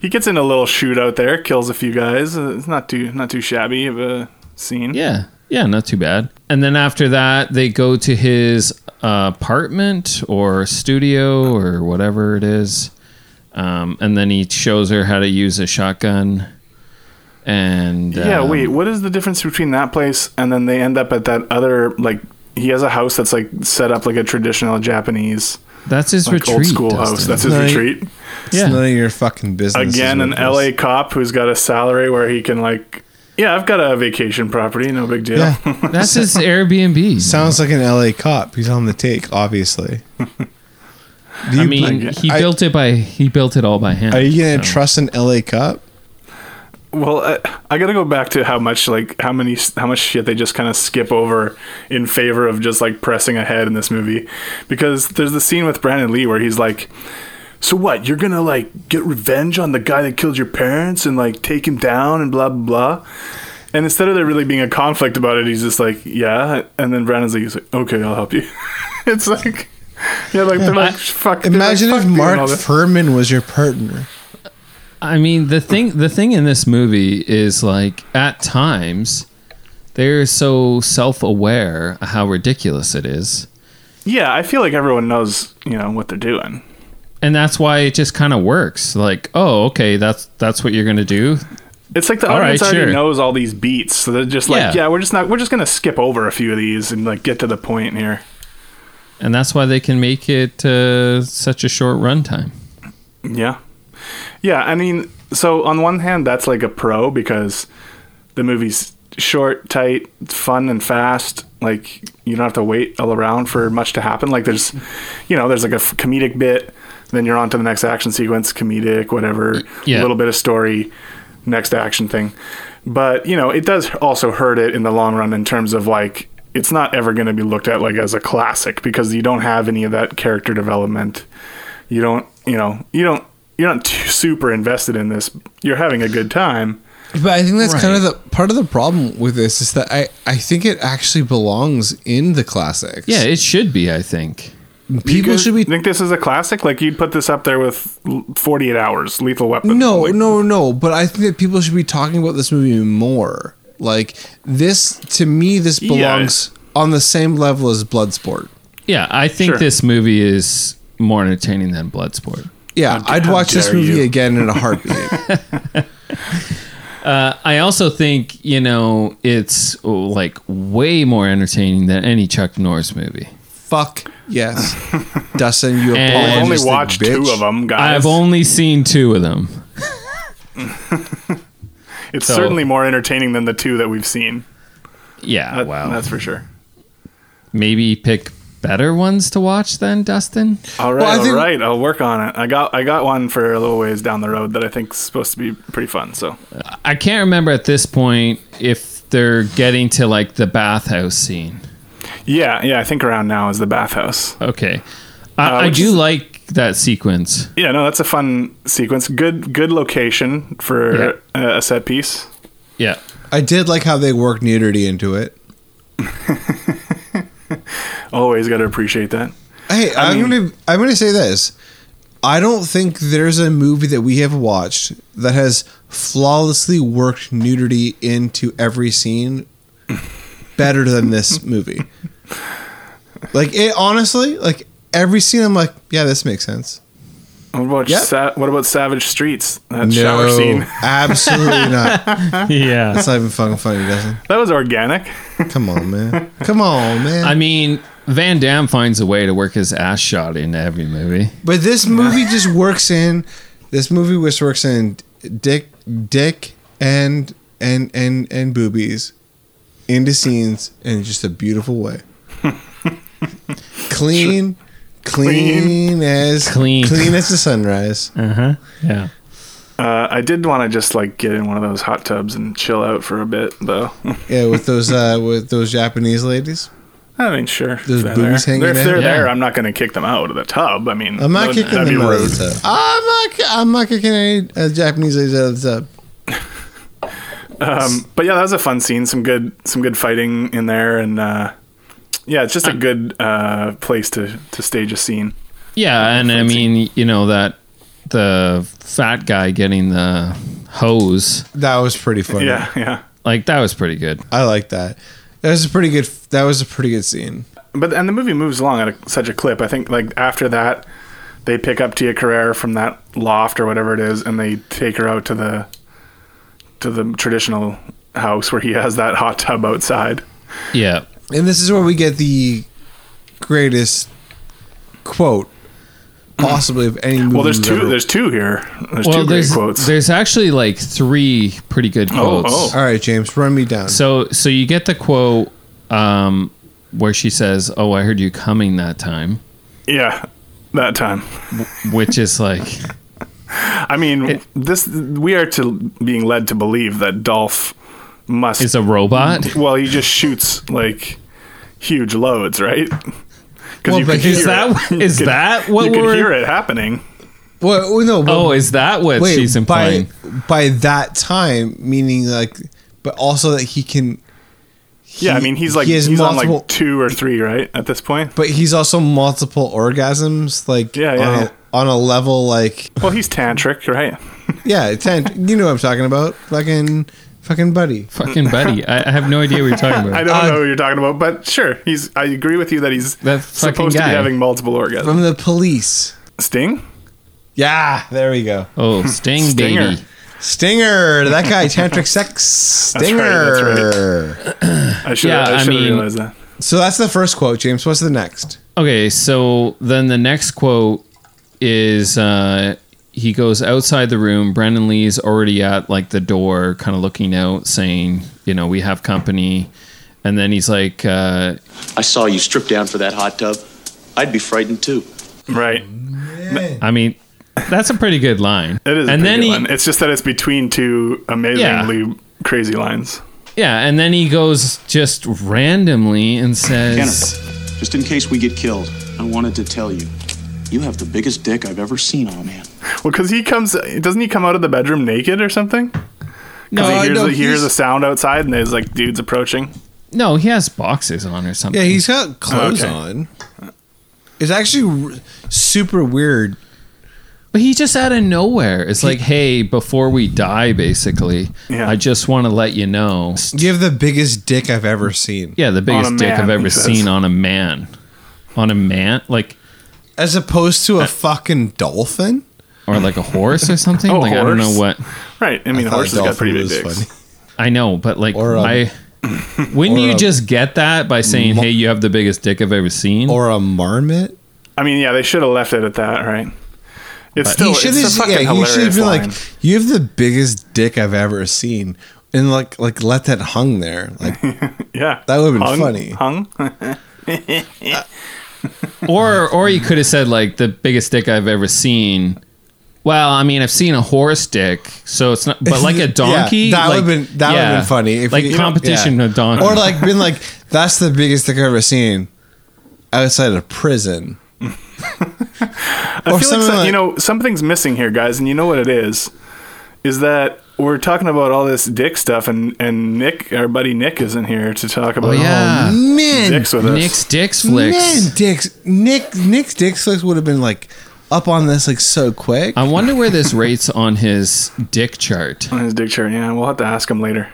B: He gets in a little shootout there, kills a few guys. Uh, It's not too not too shabby of a scene.
C: yeah, yeah, not too bad. And then after that, they go to his uh, apartment or studio or whatever it is, um, and then he shows her how to use a shotgun. And
B: Yeah,
C: um,
B: wait, what is the difference between that place and then they end up at that other like he has a house that's like set up like a traditional Japanese
C: That's his
B: like
C: retreat.
B: old school
C: Dustin.
B: house. That's his
A: No, you-
B: retreat.
A: It's
C: Yeah.
A: none of your fucking business.
B: Again, an
A: is what
B: LA
A: it
B: cop who's got a salary where he can like yeah, I've got a vacation property, no big deal.
A: Yeah.
C: That's his Airbnb.
A: is. Sounds like an LA cop. He's on the take, obviously. Do you
C: I mean,
A: believe-
C: he
A: I-
C: built it by he built it all by hand.
A: Are you gonna
C: so.
A: trust an LA cop?
B: Well, I, I gotta go back to how much like how many how much shit they just kind of skip over in favor of just like pressing ahead in this movie, because there's the scene with Brandon Lee where he's like, "So what? You're gonna like get revenge on the guy that killed your parents and like take him down and blah blah." blah. And instead of there really being a conflict about it, he's just like, "Yeah," and then Brandon's like, he's like "Okay, I'll help you." it's like, yeah, like they're like, "Fuck." they're like,
A: Imagine
B: "Fuck
A: if
B: you," and all
A: Mark
B: that.
A: Furman was your partner.
C: I mean, the thing the thing in this movie is like at times they're so self aware how ridiculous it is,
B: Yeah, I feel like everyone knows you know what they're doing.
C: and that's why it just kind of works. Like, oh, okay, that's that's what you're gonna do.
B: It's like the
C: All
B: audience
C: right,
B: already
C: sure.
B: knows all these beats, so they're just like,
C: Yeah.
B: yeah. we're just not, we're just gonna skip over a few of these and like get to the point here.
C: and that's why they can make it uh, such a short runtime.
B: Yeah, yeah. I mean, so on one hand, that's like a pro because the movie's short, tight, fun, and fast. Like you don't have to wait all around for much to happen. Like there's, you know, there's like a f- comedic bit, then you're on to the next action sequence, comedic, whatever,
C: yeah.
B: a little bit of story, next action thing. But you know, it does also hurt it in the long run in terms of like it's not ever going to be looked at like as a classic because you don't have any of that character development. You don't, you know, you don't. You're not too super invested in this. You're having a good time.
A: But I think that's kind of
B: Right.
A: the part of the problem with this is that I, I think it actually belongs in the classics.
C: Yeah, it should be. I think
A: people should
B: be think this is a classic. Like you'd put this up there with L- 48 Hours, Lethal Weapon.
A: No, no, no. But I think that people should be talking about this movie more. Like this, to me, this
C: Yeah.
A: belongs on the same level as Bloodsport.
C: Yeah, I think
A: Sure.
C: this movie is more entertaining than Bloodsport.
A: Yeah, I'd watch this
C: dare
A: movie
C: you.
A: again in a heartbeat.
C: Uh, I also think you know it's oh, like way more entertaining than any Chuck Norris movie.
A: Fuck yes, Dustin, you
C: And-
A: apologize.
C: I've only watched
A: bitch.
B: two of 'em, guys.
C: I've only seen two of them.
B: It's
C: So-
B: certainly more entertaining than the two that we've seen.
C: Yeah,
B: That-
C: wow.
B: that's for sure.
C: Maybe pick better ones to watch than Dustin.
B: All right,
C: Well, I
B: all
C: think-
B: right. I'll work on it. I got I got one for a little ways down the road that I think's supposed to be pretty fun. So
C: I can't remember at this point if they're getting to like the bathhouse scene.
B: yeah, yeah. I think around now is the bathhouse.
C: Okay,
B: Uh,
C: I, I
B: which
C: do
B: is-
C: like that sequence.
B: Yeah, no, that's a fun sequence. Good good location for uh, a set piece.
C: Yeah.
A: I did like how they worked nudity into it.
B: Always got to appreciate that.
A: Hey, I
B: I
A: am
B: mean-
A: gonna I'm gonna say this. I don't think there's a movie that we have watched that has flawlessly worked nudity into every scene better than this movie. Like it honestly, like every scene I'm like, yeah, this makes sense.
B: What about
A: Yep.
B: Sa- what about Savage Streets? That shower
A: No,
B: scene.
A: absolutely not.
C: Yeah.
A: That's not even fucking funny, doesn't
B: That was organic.
A: Come on, man. Come on, man.
C: I mean, Van Damme finds a way to work his ass shot into every movie.
A: But this movie just works in. This movie just works in dick, dick, and and and and boobies into scenes in just a beautiful way. clean, clean, as
C: Clean.
A: clean as the sunrise.
C: Uh huh. Yeah.
B: Uh, I did want to just like get in one of those hot tubs and chill out for a bit, though.
A: Yeah, with those uh with those Japanese ladies.
B: I mean, sure. if
A: Those
B: they're
A: boobies
B: there.
A: hanging
B: They're- If they're
A: out?
B: there,
A: Yeah.
B: I'm not going to kick them out of the tub. I mean,
A: I'm not
B: that-
A: kicking
B: that'd be
A: them out of
B: rude.
A: the tub. I'm not. I'm not kicking any uh, Japanese ladies out of the tub.
B: Um, but yeah, that was a fun scene. Some good, some good fighting in there, and uh, yeah, it's just a good uh, place to to stage a scene.
C: Yeah, and I mean, you know that the fat guy getting the hose.
A: That was pretty funny.
B: Yeah, yeah.
C: Like that was pretty good.
A: I like that. That was a pretty good. That was a pretty good scene.
B: But and the movie moves along at a, such a clip. I think like after that, they pick up Tia Carrere from that loft or whatever it is, and they take her out to the to the traditional house where he has that hot tub outside.
C: Yeah.
A: And this is where we get the greatest quote possibly of any movie.
B: Well, there's
A: we've
B: two.
A: ever-
B: There's two here. There's two great
C: there's
B: quotes.
C: there's actually like three pretty good
B: Oh,
C: quotes.
B: oh.
A: All right, James, run me down.
C: So so you get the quote um, where she says, "Oh, I heard you coming that time,"
B: yeah, that time.
C: which is like,
B: I mean, this we are to being led to believe that Dolph must is
C: a robot.
B: Well, he just shoots like huge loads, right?
C: Well, but is that- is that what
B: you could
C: we're-
B: hear it happening?
A: Well, well, no.
C: Oh, is that what she's implying?
A: By, by that time, meaning like, but also that he can.
B: yeah, I mean, he's like
A: he has
B: he's on
A: multiple-
B: like two or three, right? At this point.
A: But he's also multiple orgasms, like
B: yeah,
A: on,
B: yeah.
A: A, on a level like
B: Well, he's tantric, right?
A: yeah, ten. you know what I'm talking about? Fucking, fucking buddy,
C: Fucking buddy. I, I have no idea what you're talking about.
B: I don't know what you're talking about, but sure, he's. I agree with you that he's
C: fucking
B: supposed to
C: guy.
B: be having multiple orgasms.
A: From the police.
B: Sting.
A: Yeah, there we go.
C: Oh, Sting,
A: Stinger.
C: baby.
A: Stinger, that guy, tantric sex
B: That's
A: stinger.
B: right, that's right. I should.
C: Yeah,
B: I
C: I
B: should
C: mean-
B: realize that.
A: So that's the first quote, James. What's the next?
C: Okay, so then the next quote is uh, he goes outside the room. Brandon Lee's already at like the door, kind of looking out, saying, you know, we have company. And then he's like, uh,
G: I saw you strip down for that hot tub. I'd be frightened too.
B: Right.
C: I mean, that's a pretty good line.
B: It is.
C: And then he,
B: It's just that it's between two amazingly crazy lines.
C: yeah, and then he goes just randomly and says,
G: Tanner, just in case we get killed, I wanted to tell you, you have the biggest dick I've ever seen on a man.
B: Well, because he comes, doesn't he come out of the bedroom naked or something? 'Cause
C: No,
B: he hears,
C: no,
B: he hears a
C: he's-
B: sound outside, and there's like dudes approaching.
C: no, he has boxes on or something.
A: Yeah, he's got clothes
B: Okay.
A: on. It's actually r- super weird.
C: But he just out of nowhere. It's like, hey, before we die, basically, I just want to let you know.
A: You have the biggest dick I've ever seen.
C: Yeah, the biggest
A: On a
C: dick
A: man,
C: I've
A: he
C: ever
A: says.
C: seen on a man. On a man, like
A: As opposed to a fucking dolphin?
C: or like a horse or something.
A: Oh,
C: like I don't
A: horse.
C: know what.
B: Right. I mean,
A: thought
B: horses got
A: dolphin
B: pretty big
A: was
B: dicks.
C: I know, but like
A: Or a-
C: I. Wouldn't
A: or
C: you
A: a
C: just get that by saying, "Hey, you have the biggest dick I've ever seen"?
A: Or a marmot?
B: I mean, yeah, they should have left it at that, right? It's still
A: should
B: it's a
A: have-
B: fucking
A: yeah, he
B: hilarious
A: should have been
B: line.
A: like, "You have the biggest dick I've ever seen," and like, like let that hung there. Like
B: yeah,
A: that would have been
B: hung,
A: funny.
B: Hung.
C: or or you could have said like the biggest dick I've ever seen. Well, I mean, I've seen a horse dick, so it's not. But like
A: Yeah,
C: a donkey,
A: that
C: like,
A: would have been that would
C: yeah,
A: have been funny.
C: like
A: you-
C: competition
A: yeah.
C: of donkey,
A: or like been like, "That's the biggest dick I've ever seen outside of prison."
B: I
A: Or
B: feel like,
A: something
B: some-
A: like-
B: you know something's missing here, guys, and you know what it is? Is that we're talking about all this dick stuff, and and Nick, our buddy Nick, isn't here to talk about
A: Oh, man,
B: dicks with us.
C: dicks
A: Man, dicks. Nick Nick's dicks flicks would have been like up on this like so quick.
C: I wonder where this rates on his dick chart.
B: on his dick chart. Yeah, we'll have to ask him later.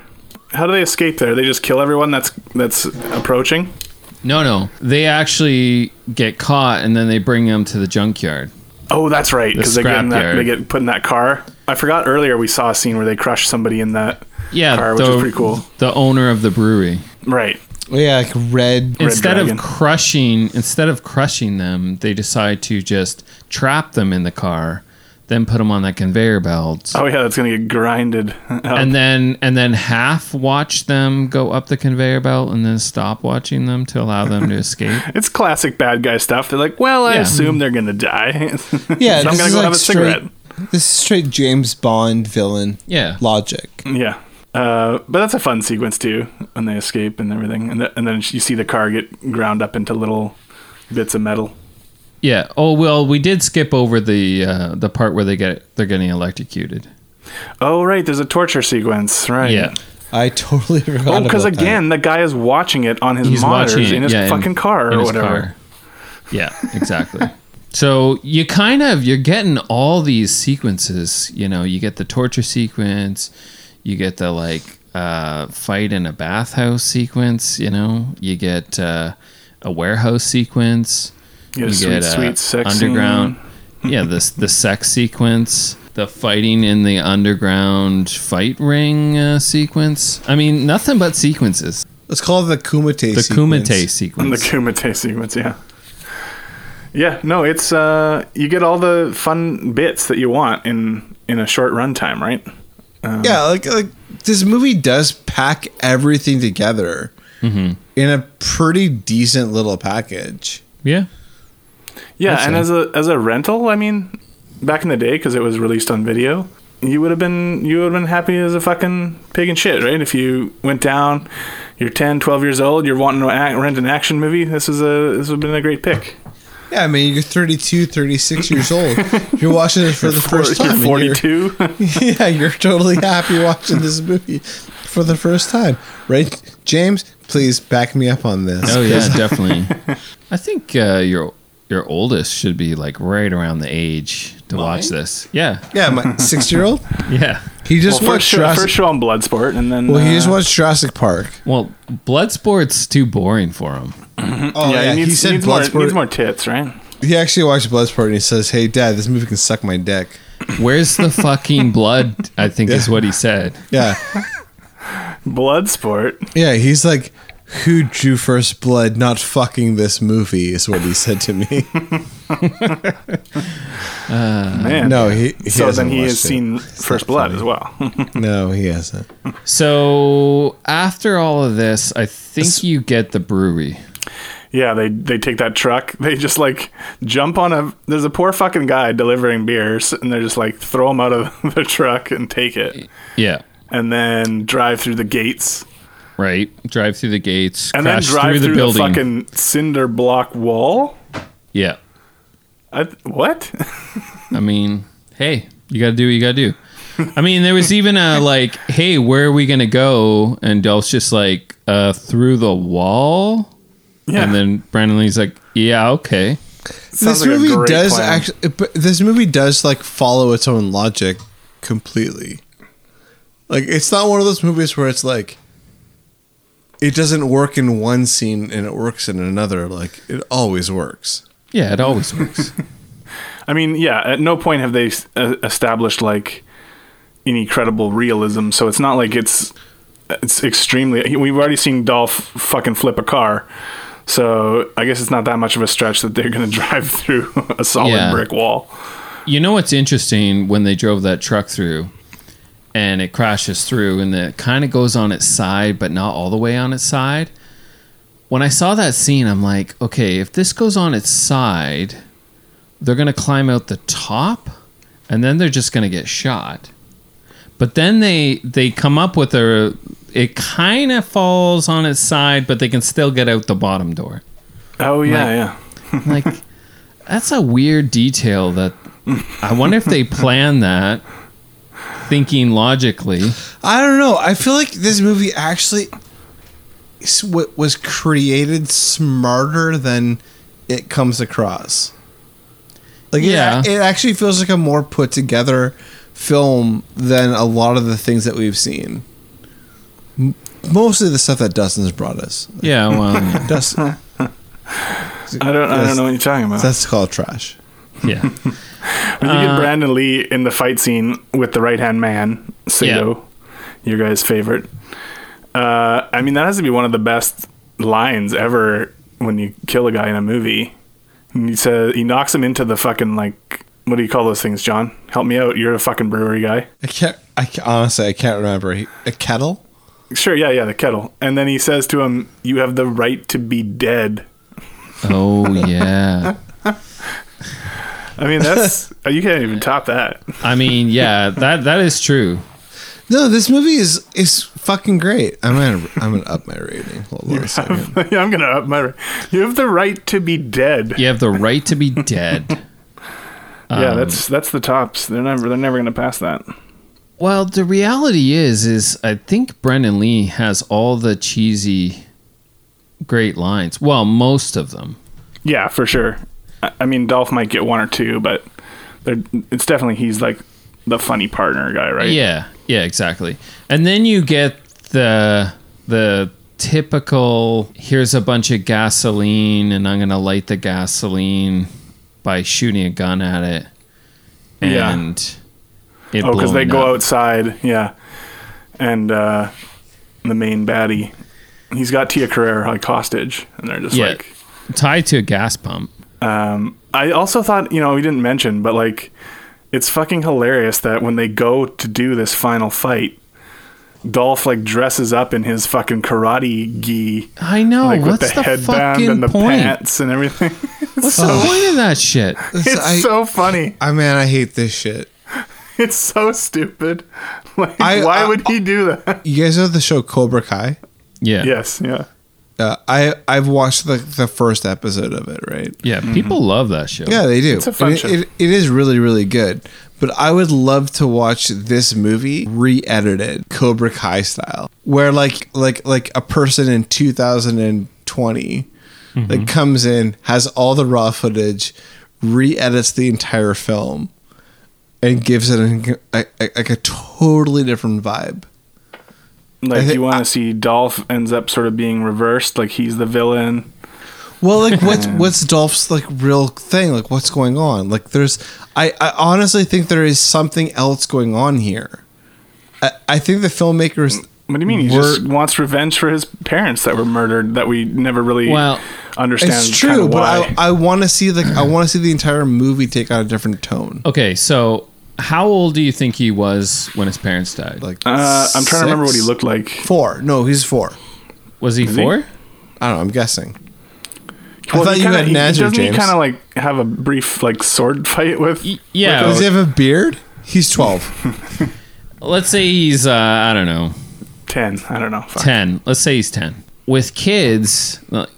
B: How do they escape there? They just kill everyone that's that's approaching.
C: No, no, they actually get caught and then they bring him to the junkyard.
B: Oh, that's right,
C: The
B: because they get in that,
C: scrapyard.
B: they get put in that car. I forgot earlier we saw a scene where they crush somebody in that
C: Yeah,
B: car, which
C: the,
B: is pretty cool.
C: The owner of the brewery.
B: Right.
A: Oh, yeah, like red.
C: instead of crushing, instead of crushing them, they decide to just trap them in the car, then put them on that conveyor belt,
B: Oh yeah, that's gonna get grinded. Oh, up.
C: and then and then half watch them go up the conveyor belt, and then stop watching them to allow them to escape.
B: It's classic bad guy stuff. They're like, well, I
C: Yeah.
B: assume they're gonna die.
A: Yeah,
B: so I'm
A: this
B: gonna
A: is
B: go
A: like
B: have a
A: straight-
B: cigarette.
A: This is straight James Bond villain.
C: Yeah.
A: logic.
B: Yeah, uh, but that's a fun sequence too when they escape and everything, and, the, and then you see the car get ground up into little bits of metal.
C: Yeah. Oh well, we did skip over the uh, the part where they get they're getting electrocuted.
B: Oh right, there's a torture sequence, right?
C: Yeah.
A: I totally forgot.
B: Oh, because
A: about that.
B: again, the guy is watching it on his
C: He's
B: monitors
C: watching it,
B: in his
C: yeah, in-
B: fucking car
C: in
B: or
C: his
B: whatever.
C: car. Yeah, exactly. so you kind of you're getting all these sequences. You know, you get the torture sequence, you get the like uh, fight in a bathhouse sequence. You know, you get uh, a warehouse sequence.
B: You get a sweet, sweet sex
C: uh, underground. yeah, this the sex sequence, the fighting in the underground fight ring uh, sequence. I mean, nothing but sequences.
A: Let's call it the Kumite.
C: The
A: sequence.
C: Kumite
B: And the
C: sequence.
B: Kumite sequence, yeah. Yeah, no, it's uh, you get all the fun bits that you want in in a short runtime, right?
A: yeah, like like this movie does pack everything together
C: Mhm.
A: in a pretty decent little package.
C: Yeah.
B: Yeah,
A: I'd
B: and
A: say.
B: as a as a rental, I mean, back in the day because it was released on video, you would have been you would have been happy as a fucking pig in shit, right? If you went down, you're 10, 12 years old, you're wanting to act, rent an action movie. This is a this would have been a great pick.
A: Yeah, I mean, you're 32, 36 years old. You're watching it for the first
B: You're
A: time. and
B: 42.
A: yeah, you're totally happy watching this movie for the first time, right? James, please back me up on this.
C: Oh yeah,
A: 'Cause-
C: definitely. I think uh, your your oldest should be like right around the age to watch this. Yeah,
A: Yeah, my six-year-old.
C: Yeah,
A: He just
B: well,
A: watched
B: first, show,
A: Jurassic-
B: first show on Bloodsport, and then
A: Well, he
B: uh,
A: just watched Jurassic Park.
C: Well, Bloodsport's too boring for him.
A: Oh, yeah,
B: he
A: he
B: needs,
A: said
B: needs more,
A: Bloodsport.
B: needs more tits, right?
A: He actually watched Bloodsport and he says, "Hey, Dad, this movie can suck my dick."
C: Where's the fucking blood? I think is what he said.
A: Yeah,
B: Bloodsport.
A: yeah. He's like, "Who drew first blood? Not fucking this movie," is what he said to me.
B: Man.
A: no, he. he
B: so then
A: hasn't
B: he has
A: watched it.
B: seen First Blood as well.
A: No, he hasn't.
C: So after all of this, I think you get the brewery.
B: Yeah, they they take that truck. They just like jump on a. There's a poor fucking guy delivering beers, and they're just like throw him out of the truck and take it,
C: Yeah,
B: and then drive through the gates,
C: right. Drive through the gates,
B: and
C: crash
B: then drive
C: through the
B: through, the,
C: building.
B: fucking cinder block wall.
C: yeah,
B: I, what?
C: I mean, hey, you got to do what you got to do. I mean, there was even a like, hey, where are we gonna go? And Dolph's just like, uh, through the wall.
B: Yeah.
C: And then Brandon Lee's like, yeah, okay.
A: this
B: Sounds like a
A: movie
B: great
A: does
B: plan.
A: actually, but this movie does like follow its own logic completely. Like it's not one of those movies where it's like it doesn't work in one scene and it works in another. Like it always works.
C: Yeah, it always works.
B: I mean, yeah. At no point have they s- uh, established like any credible realism. So it's not like it's it's extremely. We've already seen Dolph fucking flip a car. So I guess it's not that much of a stretch that they're going to drive through a solid
C: Yeah.
B: brick wall.
C: You know what's interesting when they drove that truck through and it crashes through and it kind of goes on its side, but not all the way on its side. When I saw that scene, I'm like, okay, if this goes on its side, they're going to climb out the top and then they're just going to get shot. But then they they come up with a it kind of falls on its side, but they can still get out the bottom door.
B: Oh yeah, yeah.
C: like that's a weird detail that I wonder if they planned that thinking logically.
A: I don't know. I feel like this movie actually s- wa- was created smarter than it comes across. Like yeah,
C: Yeah.
A: it, actually feels like a more put together film than a lot of the things that we've seen. M- mostly the stuff that Dustin's brought us.
C: Yeah, well, yeah.
A: Dustin,
B: I don't I don't know what you're talking about.
A: that's called trash.
C: yeah.
B: When you get
C: Uh,
B: Brandon Lee in the fight scene with the right hand man, Sato, your guy's favorite. Uh, I mean, that has to be one of the best lines ever when you kill a guy in a movie. And he says he knocks him into the fucking like what do you call those things, John? Help me out. You're a fucking brewery guy.
A: I can't. I ca- honestly, I can't remember. He- A kettle.
B: Sure, yeah, yeah, the kettle. And then he says to him, "You have the right to be dead."
C: Oh yeah.
B: I mean, that's you can't even top that.
C: I mean, yeah, that that is true.
A: No, this movie is is fucking great. I'm gonna I'm gonna up my rating. Hold on a second.
B: yeah, I'm gonna up my. ra- You have the right to be dead.
C: You have the right to be dead. Um,
B: yeah, that's that's the tops. They're never they're never gonna pass that.
C: Well, the reality is, is I think Brendan Lee has all the cheesy, great lines. Well, most of them.
B: Yeah, for sure. I, I mean, Dolph might get one or two, but they're, it's definitely he's like the funny partner guy, right?
C: Yeah, yeah, exactly. And then you get the the typical here's a bunch of gasoline and I'm gonna light the gasoline by shooting a gun at it.
B: Yeah.
C: And yeah. it
B: Oh, because they
C: blowing
B: go
C: up.
B: outside. Yeah, and uh, the main baddie, he's got Tia Carrere like hostage, and they're just
C: Yeah.
B: like.
C: tied to a gas pump.
B: Um, I also thought, you know, we didn't mention, but like, it's fucking hilarious that when they go to do this final fight, Dolph like dresses up in his fucking karate gi,
C: I know.
A: Oh,
B: like
C: what's the, fucking point?
B: and everything.
C: What's the point
B: Oh.
C: of that shit?
B: It's, so funny.
A: I man, I hate this shit.
B: It's so stupid. Like,
A: I- uh,
B: why
A: I-
B: would he do that?
A: You guys know the show Cobra Kai?
C: Yeah.
B: Yes. Yeah.
A: Uh, I I've watched the the first episode of it, right?
C: Yeah,
B: Mm-hmm.
C: people love that show.
A: Yeah, they do.
C: It's a fun
A: And it,
C: show.
A: It, it is really really good. But I would love to watch this movie re-edited Cobra Kai style, where like like like a person in 2020
C: Mm-hmm.
A: that comes in has all the raw footage, re-edits the entire film, and gives it an, a, a, like a totally different vibe.
B: Like you want to see Dolph ends up sort of being reversed, like he's the villain.
A: Well, like what's what's Dolph's like real thing? Like what's going on? Like there's, I, I honestly think there is something else going on here. I, I think the filmmakers.
B: What do you mean? He just wants revenge for his parents that were murdered. That we never really
A: Well,
B: understand.
A: It's
B: kinda
A: true, but
B: why.
A: I I want to see like I want to see the entire movie take on a different tone.
C: Okay, so how old do you think he was when his parents died?
A: Like,
B: Uh, I'm trying to remember what he
A: Six?
B: looked like.
A: Four? No, he's four.
C: Was he
B: Is he? four?
A: I don't know. I'm guessing. I
B: Well,
A: thought
B: he
A: you
B: kinda-
A: had
B: he-
A: Nazar
B: Doesn't
A: James.
B: he kind of like have a brief like sword fight with?
C: yeah.
A: Does
B: with
A: he
B: those-
A: have a beard? He's twelve.
C: Let's say he's uh, I don't know,
B: ten. I don't know. Fuck.
C: Ten. Let's say he's ten. With kids, like,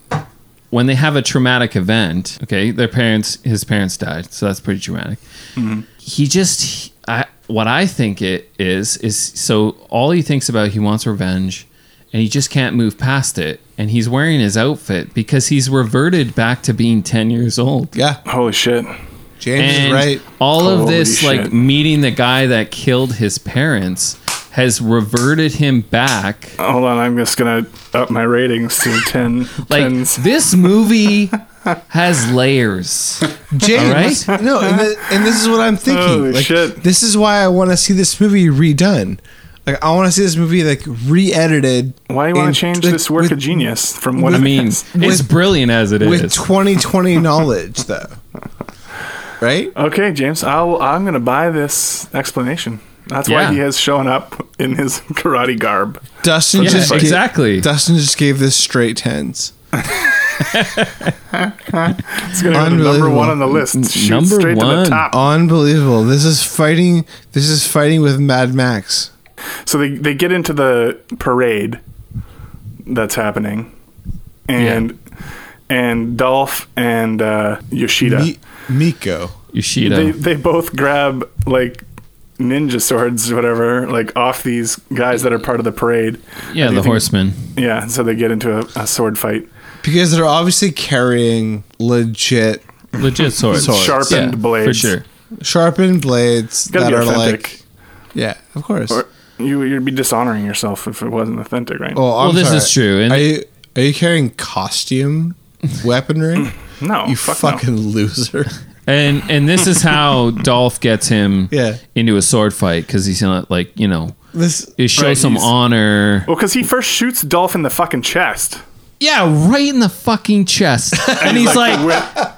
C: when they have a traumatic event, okay, their parents, his parents died, so that's pretty traumatic. He just, I, what I think it is, is so all he thinks about, he wants revenge, and he just can't move past it. And he's wearing his outfit because he's reverted back to being ten years old.
A: Yeah.
B: Holy shit.
A: James is right.
C: All of
A: Holy
C: this, like
A: shit.
C: meeting the guy that killed his parents, has reverted him back.
B: Hold on, I'm just gonna up my ratings to 10.
C: Like this movie has layers.
A: James,
C: All right?
A: no, and, th- and this is what I'm thinking.
C: Holy
A: like, This is why I want to see this movie redone. Like, I want to see this movie like re-edited.
B: Why do you want
A: and,
B: to change
A: like,
B: this work of genius from what
A: with-
B: it
A: means-
B: is?
A: it's With-
C: brilliant as it
A: with 2020 knowledge, though? Right?
B: Okay, James. I'll, I'm gonna buy this explanation. That's
A: Yeah.
B: why he has shown up in his karate garb.
A: Dustin
B: Yeah,
A: just
B: exactly.
A: Gave, Dustin just gave this straight tens.
B: It's gonna be the number one on the list. Shoots straight to the top.
A: Unbelievable. This is fighting. This is fighting with Mad Max.
B: So they, they get into the parade that's happening, and and Dolph and uh, Yoshida,
A: Mi- Miko.
C: Yoshida.
B: they they both grab like ninja swords, whatever, like off these guys that are part of the parade.
C: yeah,
B: And you
C: the
B: think-
C: horseman.
B: Yeah, so they get into a, a sword fight,
A: Because they're obviously carrying legit,
C: legit
B: swords. Sharpened blades.
A: for sure. Sharpened blades
B: Gotta
A: that
B: be
A: are
B: authentic.
A: like, yeah, of course.
B: or you you'd be dishonoring yourself if it wasn't authentic, right?
A: oh, I'm sorry. are you are you carrying costume weaponry?
B: no,
A: you
B: Oh, fuck no.
A: fucking loser.
C: And and this is how Dolph gets him
A: Yeah.
C: into a sword fight because he's not like you know
A: this
C: it shows
B: Right,
C: some
B: he's- Oh.
C: honor.
B: Well, because he first shoots Dolph in the fucking chest.
C: Yeah, right in the fucking chest, and he's like,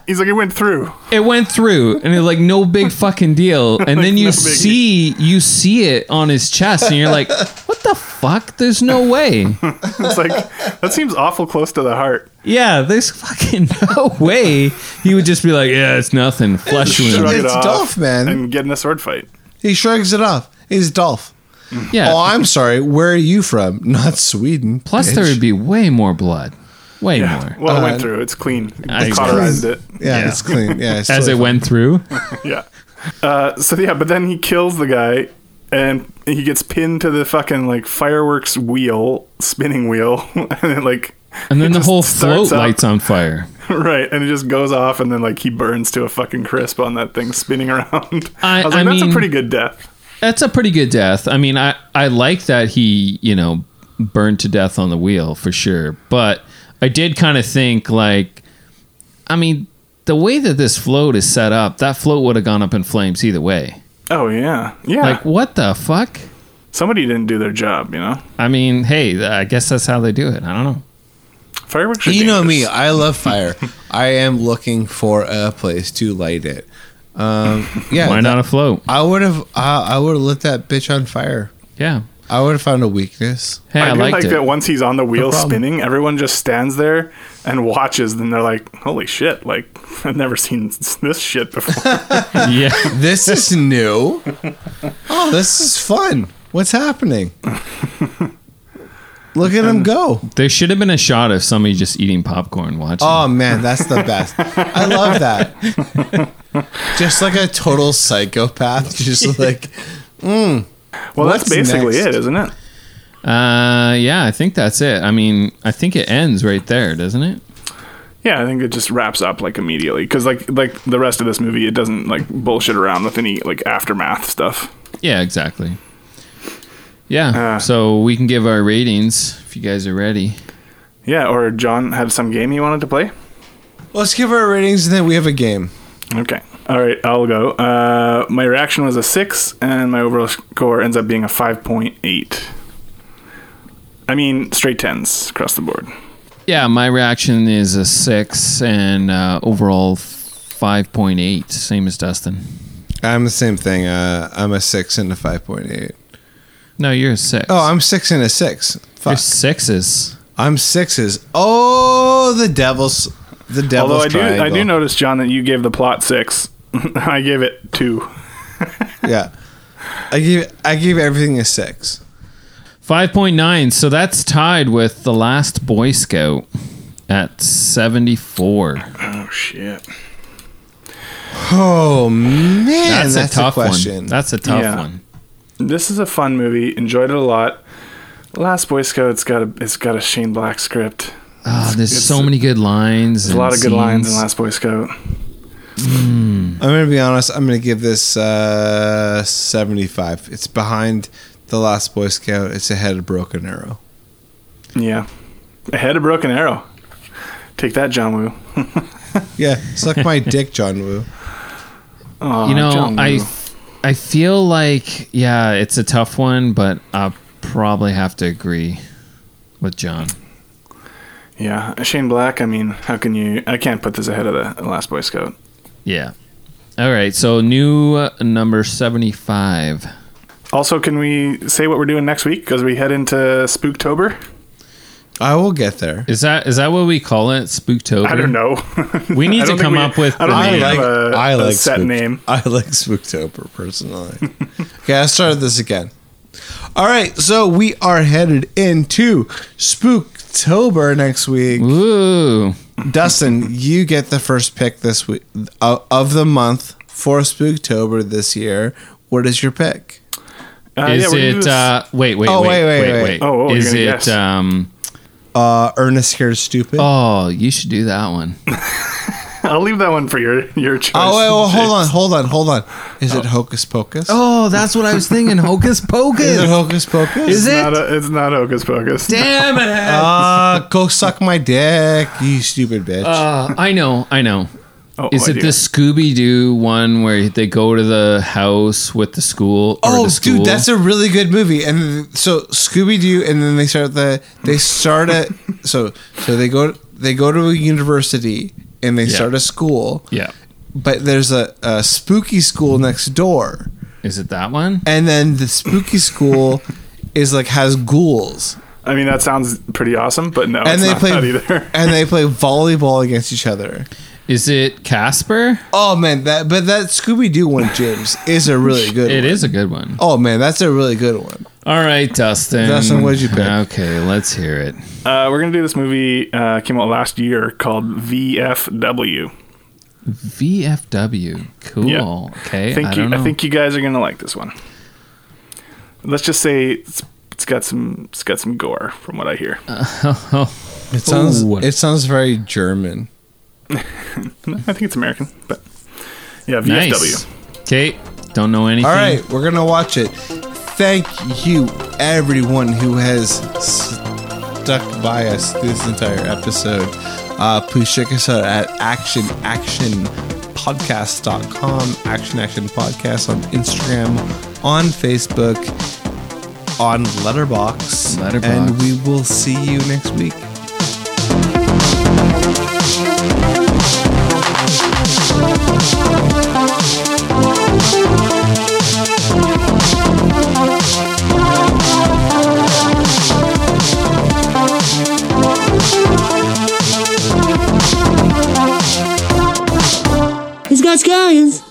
B: He's like, it went through.
C: it went through and it's like no big fucking deal and then you see you see it on his chest and you're like what the fuck there's no way
B: It's like that seems awful close to the heart.
C: yeah there's fucking no way he would just be like yeah it's nothing flesh wound
B: Shrug it
A: It's
B: off
A: Dolph, man.
B: and get in a sword fight.
A: He shrugs it off. He's Dolph.
C: Yeah.
A: Oh, I'm sorry. Where are you from? Not Sweden.
C: plus there would be way more blood way more
B: Well, it
A: Uh,
B: went through. It's clean.
C: I-
B: They cauterized it.
A: Yeah, it's clean. Yeah, it's
C: as
A: totally
C: it went through
B: yeah. Uh, so yeah, but then he kills the guy, and he gets pinned to the fucking like fireworks wheel, spinning wheel, and it, like
C: and then
B: it
C: the
B: just
C: whole
B: starts
C: float
B: up.
C: lights on fire
B: right, and it just goes off, and then like he burns to a fucking crisp on that thing spinning around.
C: I-
B: was like,
C: I
B: that's
C: mean-
B: a pretty good death.
C: That's a pretty good death. I mean, I I like that he you know burned to death on the wheel for sure. But I did kind of think like, I mean, the way that this float is set up, that float would have gone up in flames either way.
B: Oh yeah, yeah.
C: Like what the fuck?
B: Somebody didn't do their job, you know.
C: I mean, hey, I guess that's how they do it. I don't know.
B: Fireworks. Are
A: You know me.
B: dangerous.
A: I love fire. I am looking for a place to light it. Um, yeah,
C: Why
A: that-
C: not a float?
A: I would have. I, I would have lit that bitch on fire.
C: Yeah.
A: I would have found a weakness.
B: I do like that once he's on the wheel spinning, everyone just stands there and watches, and they're like, "Holy shit! Like I've never seen this shit before."
A: yeah, this is new. Oh, this is fun. What's happening? Look at him go.
C: There should have been a shot of somebody just eating popcorn watching.
A: Oh man, that's the best. I love that. Just like a total psychopath, just like, mm,
B: Well, that's
A: what's
B: basically
A: next?
B: it, isn't it?
C: Uh, yeah, I think that's it. I mean, I think it ends right there, doesn't it?
B: Yeah, I think it just wraps up like immediately because like like the rest of this movie, it doesn't like bullshit around with any like aftermath stuff.
C: Yeah, exactly. Yeah.
B: Uh.
C: so we can give our ratings if you guys are ready.
B: Yeah, or John had some game he wanted to play.
A: Let's give our ratings and then we have a game.
B: Okay. All right, I'll go. Uh, my reaction was a six, and my overall score ends up being a five point eight. I mean, straight tens across the board.
C: Yeah, my reaction is a six and uh, overall five point eight, same as Dustin.
A: I'm the same thing. Uh, I'm a six and a five point eight.
C: No, you're a six.
A: Oh, I'm six and a six. Fuck.
C: You're sixes.
A: I'm sixes. Oh, the devil's the devil's
B: Although I do,
A: triangle.
B: I do notice, John, that you gave the plot six. I gave it two.
A: yeah. I give I give everything a six.
C: Five point nine. So that's tied with the last Boy Scout at seventy four.
B: Oh shit!
A: Oh man, that's,
C: a tough
A: question.
C: one. That's a tough
B: Yeah.
C: one.
B: This is a fun movie. Enjoyed it a lot. Last Boy Scout's got a it's got a Shane Black script.
C: Ah,
B: it's-
C: there's so many good lines.
B: There's a
C: and
B: lot of good lines in
C: scenes.
B: Last Boy Scout.
A: I'm gonna be honest. I'm gonna give this uh, 75. It's behind the Last Boy Scout. It's ahead of Broken Arrow.
B: Yeah, ahead of Broken Arrow. Take that, John Woo.
A: Yeah, suck my dick, John Woo.
B: Aw,
C: you know,
B: Uh, John Woo.
C: I I feel like yeah, it's a tough one, but I probably have to agree with John.
B: yeah Shane Black. I mean, how can you? I can't put this ahead of the Last Boy Scout.
C: Yeah. All right, so new uh, number 75.
B: Also, can we say what we're doing next week because we head into Spooktober?
A: I will get there.
C: Is that is that what we call it? Spooktober?
B: I don't know. Uh,
C: We need
B: I
C: to
B: don't think
C: come
B: we-
C: up with
B: I
C: the
B: don't think we
C: name.
B: have a-
A: I
B: a
A: like
B: set
A: Spook-
B: name.
A: I like Spooktober personally. okay, I started this again. All right, so we are headed into Spooktober next week.
B: Uh,
C: Ooh.
A: Dustin, you get the first pick this week of of the month for Spooktober this year. What is your pick?
B: Uh,
C: is
B: we're gonna do
C: it
B: this-
C: uh wait, wait,
A: Oh,
C: wait,
A: wait, wait, wait.
B: Oh, oh, you're
C: is
B: gonna
C: it
B: guess.
C: um
A: Uh, Ernest Scared Stupid.
C: Oh, you should do that one.
B: I'll leave that one for your your choice.
A: Oh, wait, well, hold on, hold on, hold on. Is it Hocus Pocus?
C: Oh, that's what I was thinking. Hocus
A: Is it
C: Pocus.
A: Hocus Pocus?
C: Is
B: Not
C: it?
B: a, it's not Hocus Pocus.
C: Damn it.
A: Uh, go suck my dick, you stupid bitch.
C: Uh, I know, I know.
B: Oh,
C: Is
B: I
C: it
B: do.
C: the Scooby Doo one where they go to the house with the school? Or
A: oh,
C: the school?
A: dude, that's a really good movie. And then- so Scooby Doo, and then they start the they start at so so they go they go to a university and they
C: Yeah.
A: start a school.
C: yeah.
A: But there's a, a spooky school next door,
C: Is it that one?
A: and then the spooky school is like has ghouls,
B: I mean, that sounds pretty awesome, but no,
A: and
B: Oh, it's
A: they
B: not
A: play
B: that either.
A: and they play volleyball against each other.
C: Is it Casper?
A: Oh man, that but that Scooby Doo one, James, is a really good.
C: It
A: one.
C: is a good one.
A: Oh man, that's a really good one.
C: All right, Dustin.
A: Dustin, what'd you pick?
C: Okay, let's hear it.
B: uh, we're gonna do this movie uh, came out last year called VFW.
C: VFW. Cool.
B: Yeah.
C: Okay.
B: I think
C: I
B: you,
C: don't know.
B: I think you guys are gonna like this one. Let's just say it's, it's got some it's got some gore from what I hear.
C: Uh.
A: It sounds
C: Ooh.
A: it sounds very German.
B: I think it's American, but yeah, VFW.
C: nice. Kate, don't know anything.
A: All right, we're gonna watch it. Thank you, everyone who has stuck by us through this entire episode. Uh, please check us out at Action Action podcast.com action action podcast on instagram on facebook on letterbox
C: Letterboxd.
A: and we will see you next week
I: Thank you. Alaska is